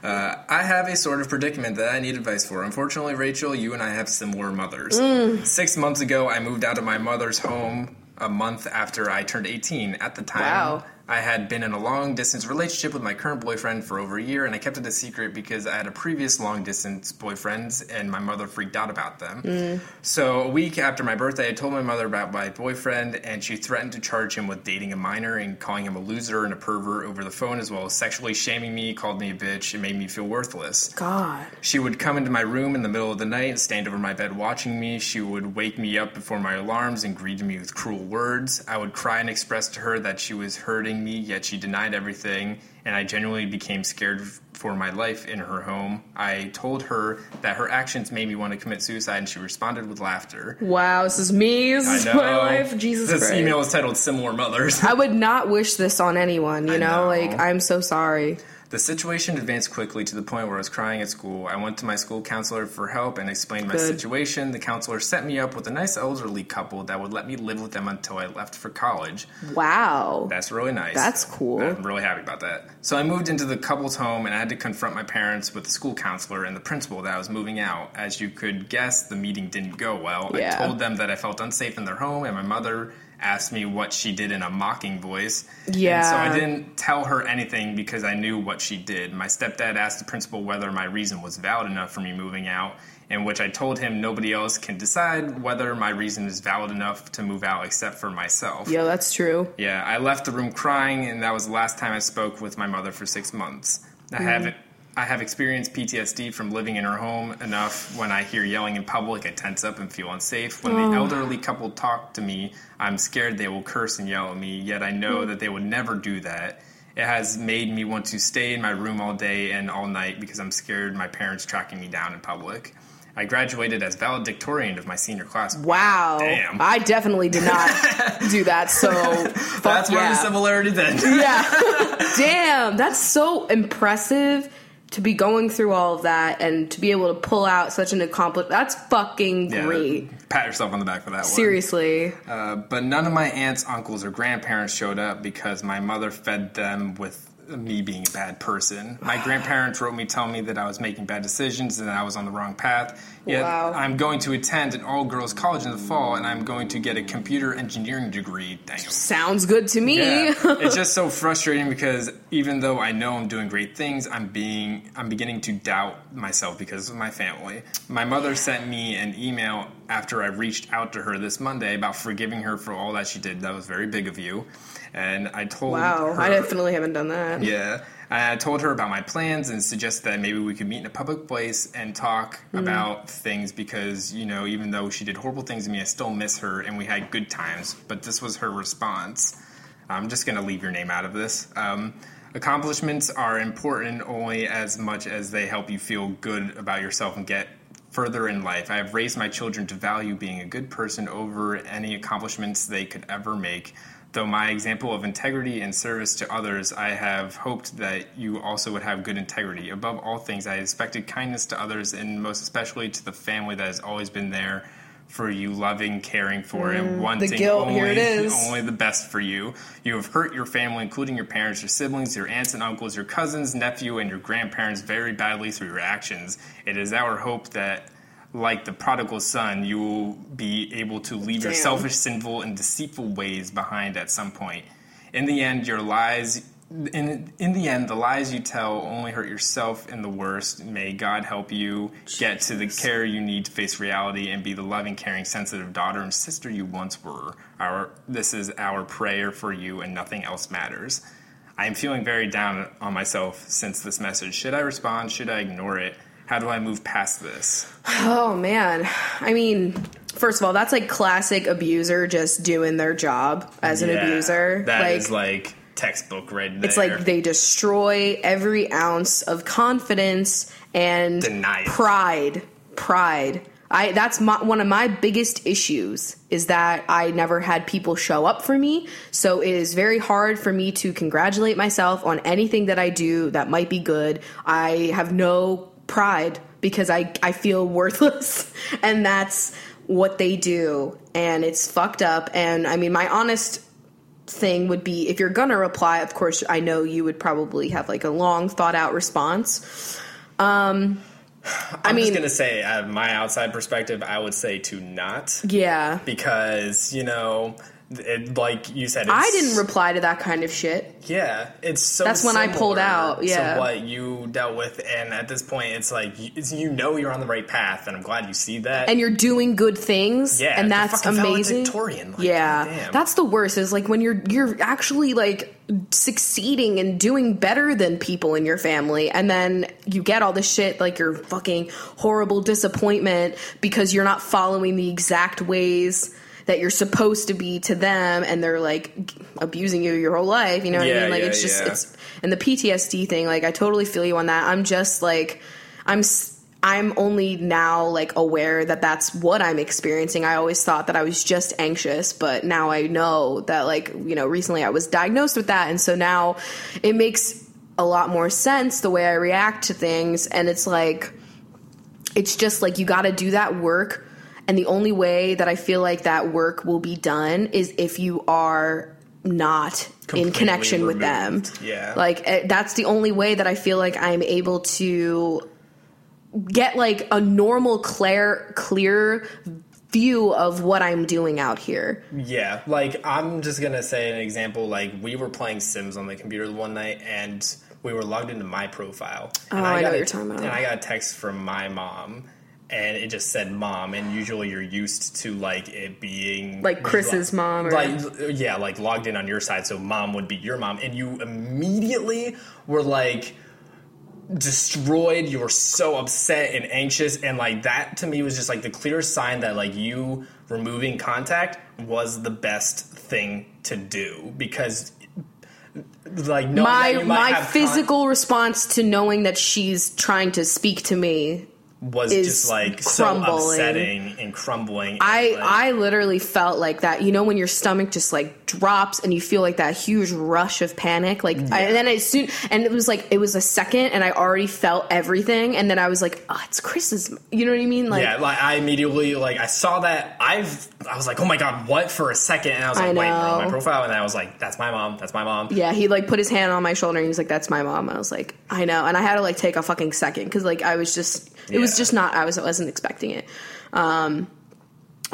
B: Uh, I have a sort of predicament that I need advice for. Unfortunately, Rachel, you and I have similar mothers.
C: Mm.
B: Six months ago, I moved out of my mother's home a month after I turned 18. At the time,
C: Wow.
B: I had been in a long distance relationship with my current boyfriend for over a year, and I kept it a secret because I had a previous long distance boyfriends, and my mother freaked out about them. So a week after my birthday, I told my mother about my boyfriend, and she threatened to charge him with dating a minor and calling him a loser and a pervert over the phone, as well as sexually shaming me, called me a bitch, and made me feel worthless.
C: God.
B: She would come into my room in the middle of the night and stand over my bed watching me. She would wake me up before my alarms and greet me with cruel words. I would cry and express to her that she was hurting me, yet she denied everything, and I genuinely became scared f- for my life in her home. I told her that her actions made me want to commit suicide, and she responded with laughter.
C: Wow, this is me. This
B: I
C: is
B: know.
C: my life. Jesus
B: this
C: Christ.
B: email is titled Similar Mothers.
C: I would not wish this on anyone, you know?
B: know.
C: Like, I'm so sorry.
B: The situation advanced quickly to the point where I was crying at school. I went to my school counselor for help and explained my
C: Good.
B: situation. The counselor set me up with a nice elderly couple that would let me live with them until I left for college.
C: Wow.
B: That's really nice.
C: That's cool.
B: I'm really happy about that. So I moved into the couple's home and I had to confront my parents with the school counselor and the principal that I was moving out. As you could guess, the meeting didn't go well.
C: Yeah.
B: I told them that I felt unsafe in their home and my mother asked me what she did in a mocking voice. And so
C: Yeah.
B: I didn't tell her anything because I knew what she did. My stepdad asked the principal whether my reason was valid enough for me moving out, in which I told him nobody else can decide whether my reason is valid enough to move out except for myself.
C: Yo, that's true.
B: Yeah, I left the room crying, and that was the last time I spoke with my mother for six months. I haven't I have experienced PTSD from living in her home enough. When I hear yelling in public, I tense up and feel unsafe. When the elderly couple talk to me, I'm scared they will curse and yell at me, yet I know that they would never do that. It has made me want to stay in my room all day and all night because I'm scared my parents tracking me down in public. I graduated as valedictorian of my senior class.
C: Wow.
B: Damn.
C: I definitely did not do that. So fuck
B: That's where
C: yeah.
B: the similarity then.
C: Yeah. Damn, that's so impressive to be going through all of that and to be able to pull out such an accomplishment. That's fucking
B: Yeah,
C: great.
B: Pat yourself on the back for that one.
C: Seriously.
B: Uh, but none of my aunts, uncles, or grandparents showed up because my mother fed them with me being a bad person. My grandparents wrote me telling me that I was making bad decisions and that I was on the wrong path. Yet
C: Wow.
B: I'm going to attend an all girls college in the fall and I'm going to get a computer engineering degree. Dang.
C: Sounds good to me.
B: Yeah. it's just so frustrating because even though I know I'm doing great things, I'm being I'm beginning to doubt myself because of my family. My mother sent me an email after I reached out to her this Monday about forgiving her for all that she did. That was very big of you. And I told
C: wow.
B: her
C: I definitely haven't done that.
B: yeah. I told her about my plans and suggested that maybe we could meet in a public place and talk about things because, you know, even though she did horrible things to me, I still miss her and we had good times. But this was her response. I'm just going to leave your name out of this. Um, accomplishments are important only as much as they help you feel good about yourself and get further in life. I have raised my children to value being a good person over any accomplishments they could ever make. Though my example of integrity and service to others, I have hoped that you also would have good integrity. Above all things, I expected kindness to others and most especially to the family that has always been there for you, loving, caring for, and wanting
C: Mm, guilt,
B: only,
C: here it is.
B: only the best for you. You have hurt your family, including your parents, your siblings, your aunts and uncles, your cousins, nephew, and your grandparents very badly through your actions. It is our hope that, like the prodigal son, you will be able to leave your
C: Damn.
B: selfish, sinful, and deceitful ways behind at some point. In the end, your lies. In, in the end, the lies you tell only hurt yourself in the worst. May God help you get to the care you need to face reality and be the loving, caring, sensitive daughter and sister you once were. Our this is our prayer for you, and nothing else matters. I am feeling very down on myself since this message. Should I respond? Should I ignore it? How do I move past this?
C: Oh man. I mean, first of all, that's like classic abuser just doing their job as an abuser.
B: That
C: like,
B: is like textbook right there.
C: it's like they destroy every ounce of confidence and
B: Deny it.
C: pride. Pride. I that's my, one of my biggest issues is that I never had people show up for me. So it is very hard for me to congratulate myself on anything that I do that might be good. I have no pride because I I feel worthless and that's what they do and it's fucked up and I mean my honest thing would be if you're gonna reply, of course, I know you would probably have like a long thought out response. Um, I
B: I'm just
C: mean,
B: gonna say, out of my outside perspective, I would say to not
C: yeah,
B: because you know, it, like you said, it's,
C: I didn't reply to that kind of shit.
B: Yeah, it's so.
C: That's when I pulled
B: similar
C: out, yeah.
B: to what you dealt with, and at this point, it's like you, it's, you know you're on the right path, and I'm glad you see that.
C: And you're doing good things,
B: yeah,
C: and
B: the
C: that's
B: fucking
C: amazing.
B: valedictorian, like,
C: yeah,
B: goddamn.
C: that's the worst. Is like when you're you're actually like succeeding and doing better than people in your family, and then you get all this shit like your fucking horrible disappointment because you're not following the exact ways that you're supposed to be to them, and they're like g- abusing you your whole life. You know what I
B: Yeah,
C: mean? Like
B: yeah,
C: it's just
B: yeah.
C: it's and the PTSD thing. Like I totally feel you on that. I'm just like I'm. s- I'm only now like aware that that's what I'm experiencing. I always thought that I was just anxious, but now I know that like, you know, recently I was diagnosed with that and so now it makes a lot more sense the way I react to things and it's like it's just like you got to do that work and the only way that i feel like that work will be done is if you are not in
B: Completely
C: connection with them
B: removed. Yeah.
C: like eh, that's the only way that i feel like i'm able to get like a normal clear clear view of what i'm doing out here
B: Yeah, like I'm just gonna say an example. Like we were playing Sims on the computer one night, and we were logged into my profile. and
C: Oh, I know
B: got
C: what
B: a-
C: you're talking about.
B: And I got a text from my mom, and it just said "mom." And usually you're used to like it being
C: Like Chris's mom or-
B: like yeah, like logged in on your side, so mom would be your mom, and you immediately were like destroyed. You were so upset and anxious, and like that to me was just like the clear sign that like you removing contact was the best thing to do because like no
C: my my physical response to knowing that she's trying to speak to me
B: was
C: is
B: just like so
C: crumbling.
B: upsetting and crumbling. and,
C: I
B: like,
C: I literally felt like that. You know when your stomach just like drops and you feel like that huge rush of panic. Like I, and then I soon and it was like it was a second and I already felt everything and then I was like, oh, it's Chris's. You know what I mean? Like
B: yeah, like I immediately like I saw that I've I was like, oh my god, what for a second, and I was
C: I
B: like, wait, no,
C: know.
B: my profile, and I was like, that's my mom, that's my mom.
C: yeah, he like put his hand on my shoulder and he was like, that's my mom. I was like, I know. And I had to like take a fucking second because like I was just it was
B: Yeah.
C: just not I was I wasn't expecting it. Um,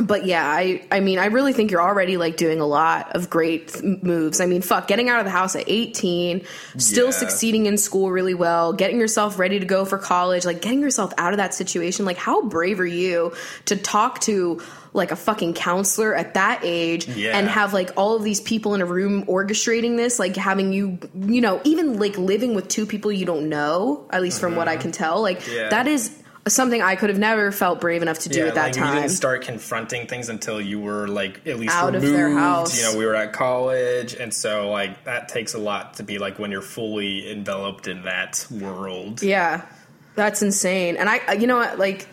C: but yeah, I I mean, I really think you're already like doing a lot of great th- moves. I mean, fuck, getting out of the house at 18, still
B: Yeah.
C: succeeding in school really well, getting yourself ready to go for college, like getting yourself out of that situation. Like how brave are you to talk to like a fucking counselor at that age
B: Yeah.
C: and have like all of these people in a room orchestrating this, like having you, you know, even like living with two people you don't know, at least from what I can tell, like
B: Mm-hmm. Yeah.
C: that is something I could have never felt brave enough to do
B: yeah,
C: at that
B: like
C: time.
B: you didn't start confronting things until you were like at least
C: Out of
B: removed.
C: their house.
B: You know, we were at college, and so like that takes a lot to be like when you're fully enveloped in that world.
C: Yeah, that's insane. And I, I- you know what, like,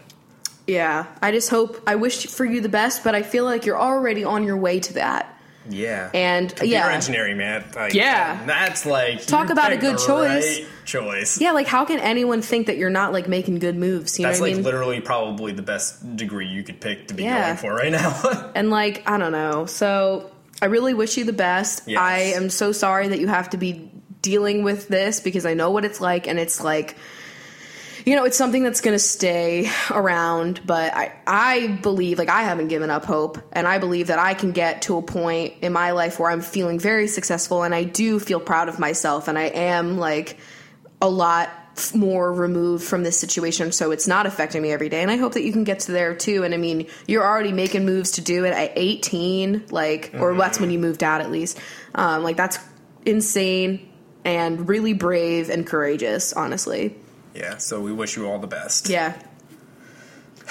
C: yeah, I just hope, I wish for you the best, but I feel like you're already on your way to that.
B: Yeah,
C: And,
B: computer
C: yeah.
B: engineering, man. Like,
C: Yeah.
B: that's like
C: Talk
B: you
C: about a
B: picked
C: good
B: the
C: choice.
B: right choice.
C: Yeah, like, how can anyone think that you're not, like, making good moves? You
B: That's
C: know what
B: like
C: I mean?
B: literally probably the best degree you could pick to be
C: Yeah.
B: going for right now.
C: and, like, I don't know. So, I really wish you the best.
B: Yes.
C: I am so sorry that you have to be dealing with this because I know what it's like, and it's like, you know, it's something that's going to stay around, but I, I believe, like, I haven't given up hope, and I believe that I can get to a point in my life where I'm feeling very successful, and I do feel proud of myself, and I am, like, a lot f- more removed from this situation, so it's not affecting me every day, and I hope that you can get to there, too, and I mean, you're already making moves to do it at 18, like, or
B: Mm-hmm.
C: that's when you moved out, at least, um, like, that's insane, and really brave and courageous, honestly.
B: yeah, so we wish you all the best.
C: Yeah.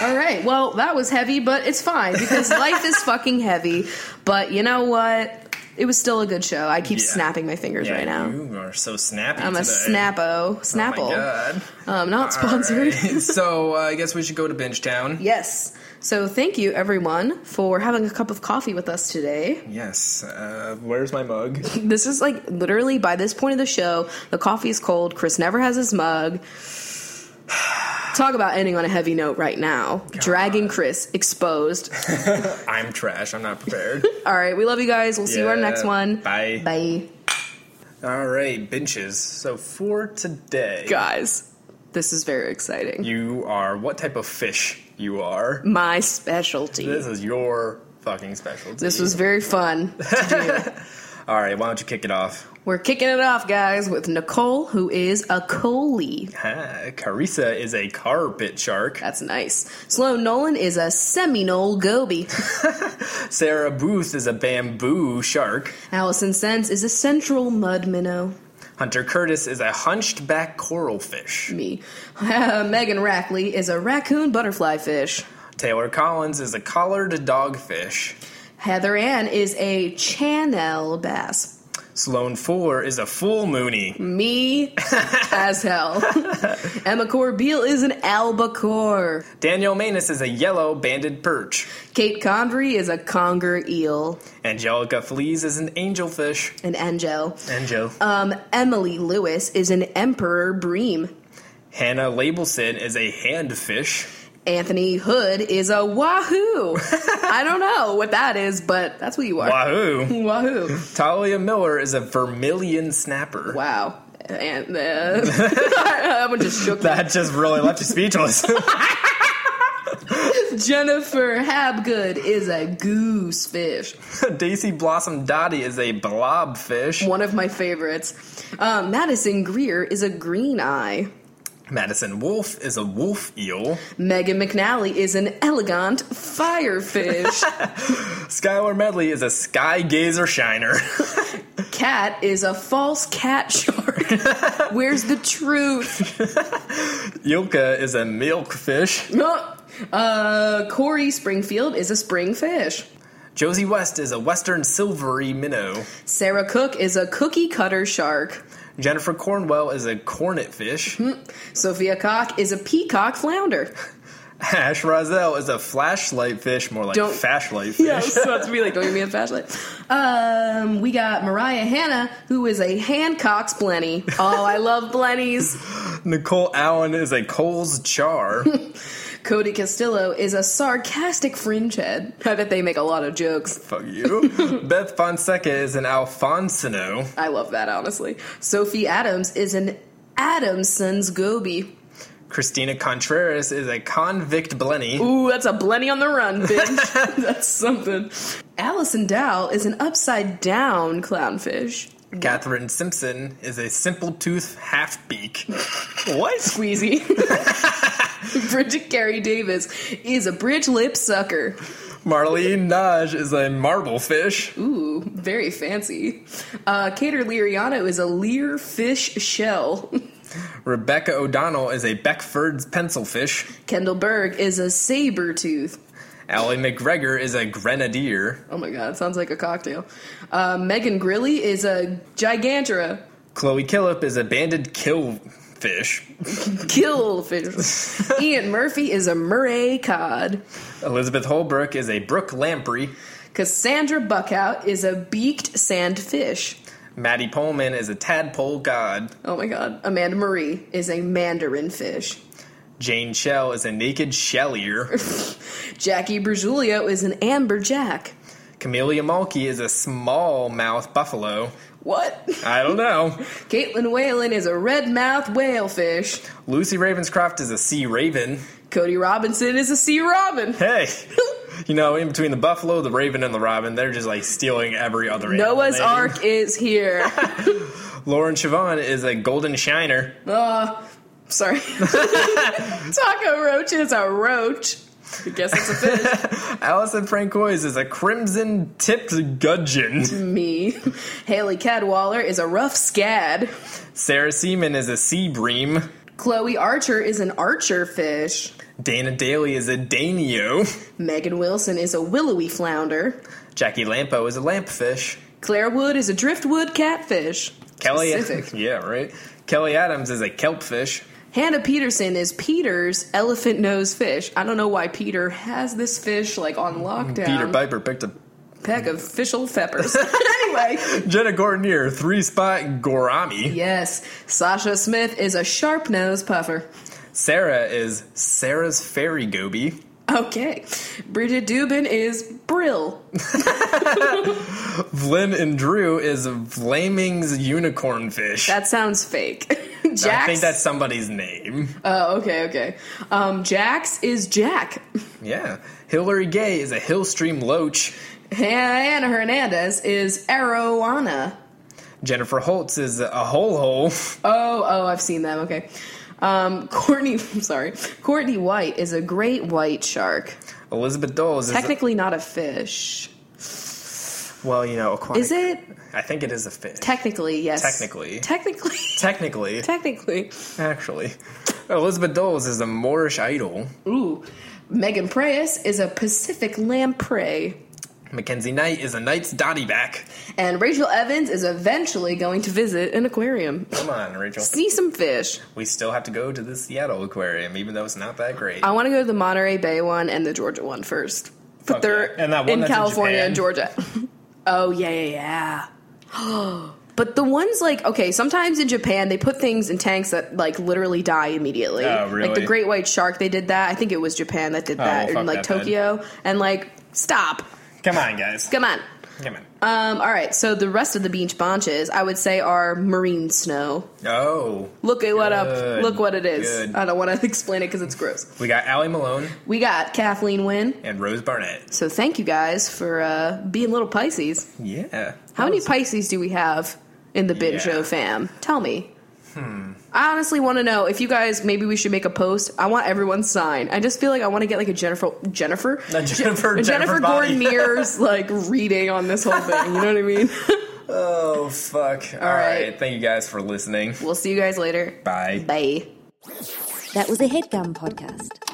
C: All right. Well, that was heavy, but it's fine because life is fucking heavy. But you know what? It was still a good show. I keep
B: Yeah.
C: snapping my fingers
B: Yeah,
C: right now.
B: You are so snappy.
C: I'm a
B: today.
C: snappo.
B: Oh my
C: Snapple.
B: God.
C: um, not sponsored.
B: Alright, so uh, I guess we should go to Benchtown.
C: yes. So thank you everyone for having a cup of coffee with us today.
B: Yes. Uh, where's my mug?
C: This is like literally by this point of the show, the coffee is cold. Chris never has his mug. Talk about ending on a heavy note right now. Dragging Chris exposed.
B: I'm trash. I'm not prepared.
C: All right. We love you guys. We'll see you on our next
B: Yeah,
C: one.
B: Bye.
C: Bye.
B: All right, benches. So for today,
C: Guys, this is very exciting.
B: you are what type of fish you are.
C: My specialty.
B: This is your fucking specialty.
C: This was very fun.
B: All right. Why don't you kick it off?
C: We're kicking it off, guys, with Nicole, who is a Coley.
B: Ah, Carissa is a carpet shark.
C: That's nice. Sloan Nolan is a Seminole Goby.
B: Sarah Booth is a bamboo shark.
C: Allison Sense is a Central Mud Minnow.
B: Hunter Curtis is a hunchback coral fish.
C: Me. Megan Rackley is a Raccoon Butterfly Fish.
B: Taylor Collins is a collared dogfish.
C: Heather Ann is a Channel Bass.
B: Sloan Fuller is a full moony.
C: Me as hell. Emma Corbeil is an albacore.
B: Daniel Manus is a yellow banded perch.
C: Kate Condry is a conger eel,
B: Angelica Fleas is an angelfish.
C: an angel.
B: Angel.
C: Um, Emily Lewis is an emperor bream.
B: Hannah Labelson is a handfish.
C: Anthony Hood is a wahoo. I don't know what that is, but that's what you are.
B: Wahoo.
C: Wahoo.
B: Talia Miller is a vermilion snapper.
C: Wow. And uh, that one just shook me.
B: That just really left you speechless.
C: Jennifer Habgood is a goosefish.
B: Daisy Blossom Dottie is a blobfish.
C: One of my favorites. Um, Madison Greer is a green eye.
B: Madison Wolf is a wolf eel.
C: Megan McNally is an elegant firefish.
B: Skylar Medley is a sky gazer shiner.
C: cat is a false cat shark. Where's the truth?
B: Yucca is a milk fish.
C: Uh, Corey Springfield is a spring fish.
B: Josie West is a western silvery minnow.
C: Sarah Cook is a cookie cutter shark.
B: Jennifer Cornwell is a cornet fish.
C: Hmm. Sophia Cock is a peacock flounder.
B: Ash Roselle is a flashlight fish, more like
C: Don't-
B: flashlight fish.
C: Yes, that's me. Like, don't give me a flashlight. Um, we got Mariah Hanna, who is a Hancock's Blenny. Oh, I love Blennies.
B: Nicole Allen is a Cole's char.
C: Cody Castillo is a sarcastic fringe head. I bet they make a lot of jokes.
B: Fuck you. Beth Fonseca is an Alfonsino.
C: I love that, honestly. Sophie Adams is an Adamson's Goby.
B: Christina Contreras is a convict blenny.
C: Ooh, that's a Blenny on the run, bitch. that's something. Allison Dow is an upside down clownfish.
B: Catherine Simpson is a simple tooth half beak. what?
C: Squeezy. Bridget Carey Davis is a bridge lip sucker.
B: Marlene Naj is a marble fish.
C: Ooh, very fancy. Uh, Cater Liriano is a leer fish shell.
B: Rebecca O'Donnell is a Beckford's pencil fish.
C: Kendall Berg is a saber tooth.
B: Allie McGregor is a grenadier.
C: Oh my god, sounds like a cocktail. Uh, Megan Grilly is a gigantra.
B: Chloe Killip is a banded kill fish.
C: Kill fish. Ian Murphy is a Murray cod.
B: Elizabeth Holbrook is a brook lamprey.
C: Cassandra Buckout is a beaked sand fish.
B: Maddie Pullman is a tadpole god.
C: Oh my god. Amanda Marie is a mandarin fish.
B: Jane Shell is a naked shellier.
C: Jackie Brujulio is an amber jack.
B: Camellia Mulkey is a small mouth buffalo.
C: What?
B: I don't know.
C: Caitlin Whalen is a red mouth whale fish.
B: Lucy Ravenscroft is a sea raven.
C: Cody Robinson is a sea robin.
B: Hey, you know, in between the buffalo, the raven, and the robin, they're just like stealing every other. animal
C: Noah's
B: name.
C: Ark is here.
B: Lauren Chavon is a golden shiner.
C: Uh, sorry. Taco Roach is a roach. I guess it's a fish.
B: Allison Francois is a crimson tipped gudgeon.
C: Me. Haley Cadwaller is a rough scad.
B: Sarah Seaman is a sea bream.
C: Chloe Archer is an archer fish.
B: Dana Daly is a danio.
C: Megan Wilson is a willowy flounder.
B: Jackie Lampo is a lampfish.
C: Claire Wood is a driftwood catfish.
B: Kelly,
C: Specific.
B: yeah, right. Kelly Adams is a kelpfish.
C: Hannah Peterson is Peter's elephant nose fish. I don't know why Peter has this fish like on lockdown.
B: Peter Piper picked a
C: Peck of fischl peppers. anyway,
B: Jenna Gordonier three spot gourami.
C: yes, Sasha Smith is a sharp nose puffer.
B: Sarah is Sarah's fairy goby.
C: Okay, Bridget Dubin is Brill.
B: Vlyn and Drew is Vlaming's unicorn fish.
C: That sounds fake. Jax.
B: I think that's somebody's name.
C: oh, okay, okay. Um, Jax is Jack.
B: Yeah. Hillary Gay is a hillstream loach.
C: Hannah Hernandez is Arowana.
B: Jennifer Holtz is a hole hole.
C: Oh, oh, I've seen them. Okay. Um, Courtney, I'm sorry. Courtney White is a great white shark.
B: Elizabeth Doles is
C: Technically not a fish.
B: well, you know, aquatic.
C: Is it?
B: I think it is a fish.
C: Technically, yes.
B: Technically.
C: Technically.
B: Technically,
C: Technically.
B: actually, Elizabeth Doles is a Moorish idol.
C: Ooh. Megan Preus is a Pacific lamprey.
B: Mackenzie Knight is a knight's dottyback.
C: And Rachel Evans is eventually going to visit an aquarium.
B: Come on, Rachel.
C: See some fish.
B: We still have to go to the Seattle Aquarium, even though it's not that great.
C: I want to go to the Monterey Bay one and the Georgia one first. But
B: Fuck
C: they're
B: yeah. And that one
C: in
B: that's in
C: California
B: Japan.
C: and Georgia. oh yeah, yeah, yeah. but the ones like okay, sometimes in Japan they put things in tanks that like literally die immediately.
B: Oh,
C: Like the
B: really? Oh,
C: great white shark, they did that. I think it was Japan that did that,
B: well, fuck
C: in like
B: that then.
C: Tokyo. And like, stop.
B: Come on, guys.
C: Come on.
B: Come on.
C: Um, all right, so the rest of the beach bonches, I would say, are marine snow.
B: Oh,
C: Look at what up.
B: Good.
C: Look what it is.
B: Good.
C: I don't want to explain it because it's gross.
B: we got Allie Malone
C: We got Kathleen Wynne.
B: and Rose Barnett.
C: So thank you guys for uh, being little Pisces.
B: Yeah.
C: How many Pisces do we have in the bin
B: Yeah.
C: show fam? Tell me. Hmm. I honestly want to know if you guys maybe we should make a post. I want everyone's sign. I just feel like I want to get like a Jennifer Jennifer
B: Jennifer,
C: Jennifer
B: Jennifer Body.
C: Gordon Mears like reading on this whole thing. You know what I mean?
B: Oh, fuck. All right.
C: right.
B: Thank you guys for listening.
C: We'll see you guys later.
B: Bye.
C: Bye.
A: That was a headgum podcast.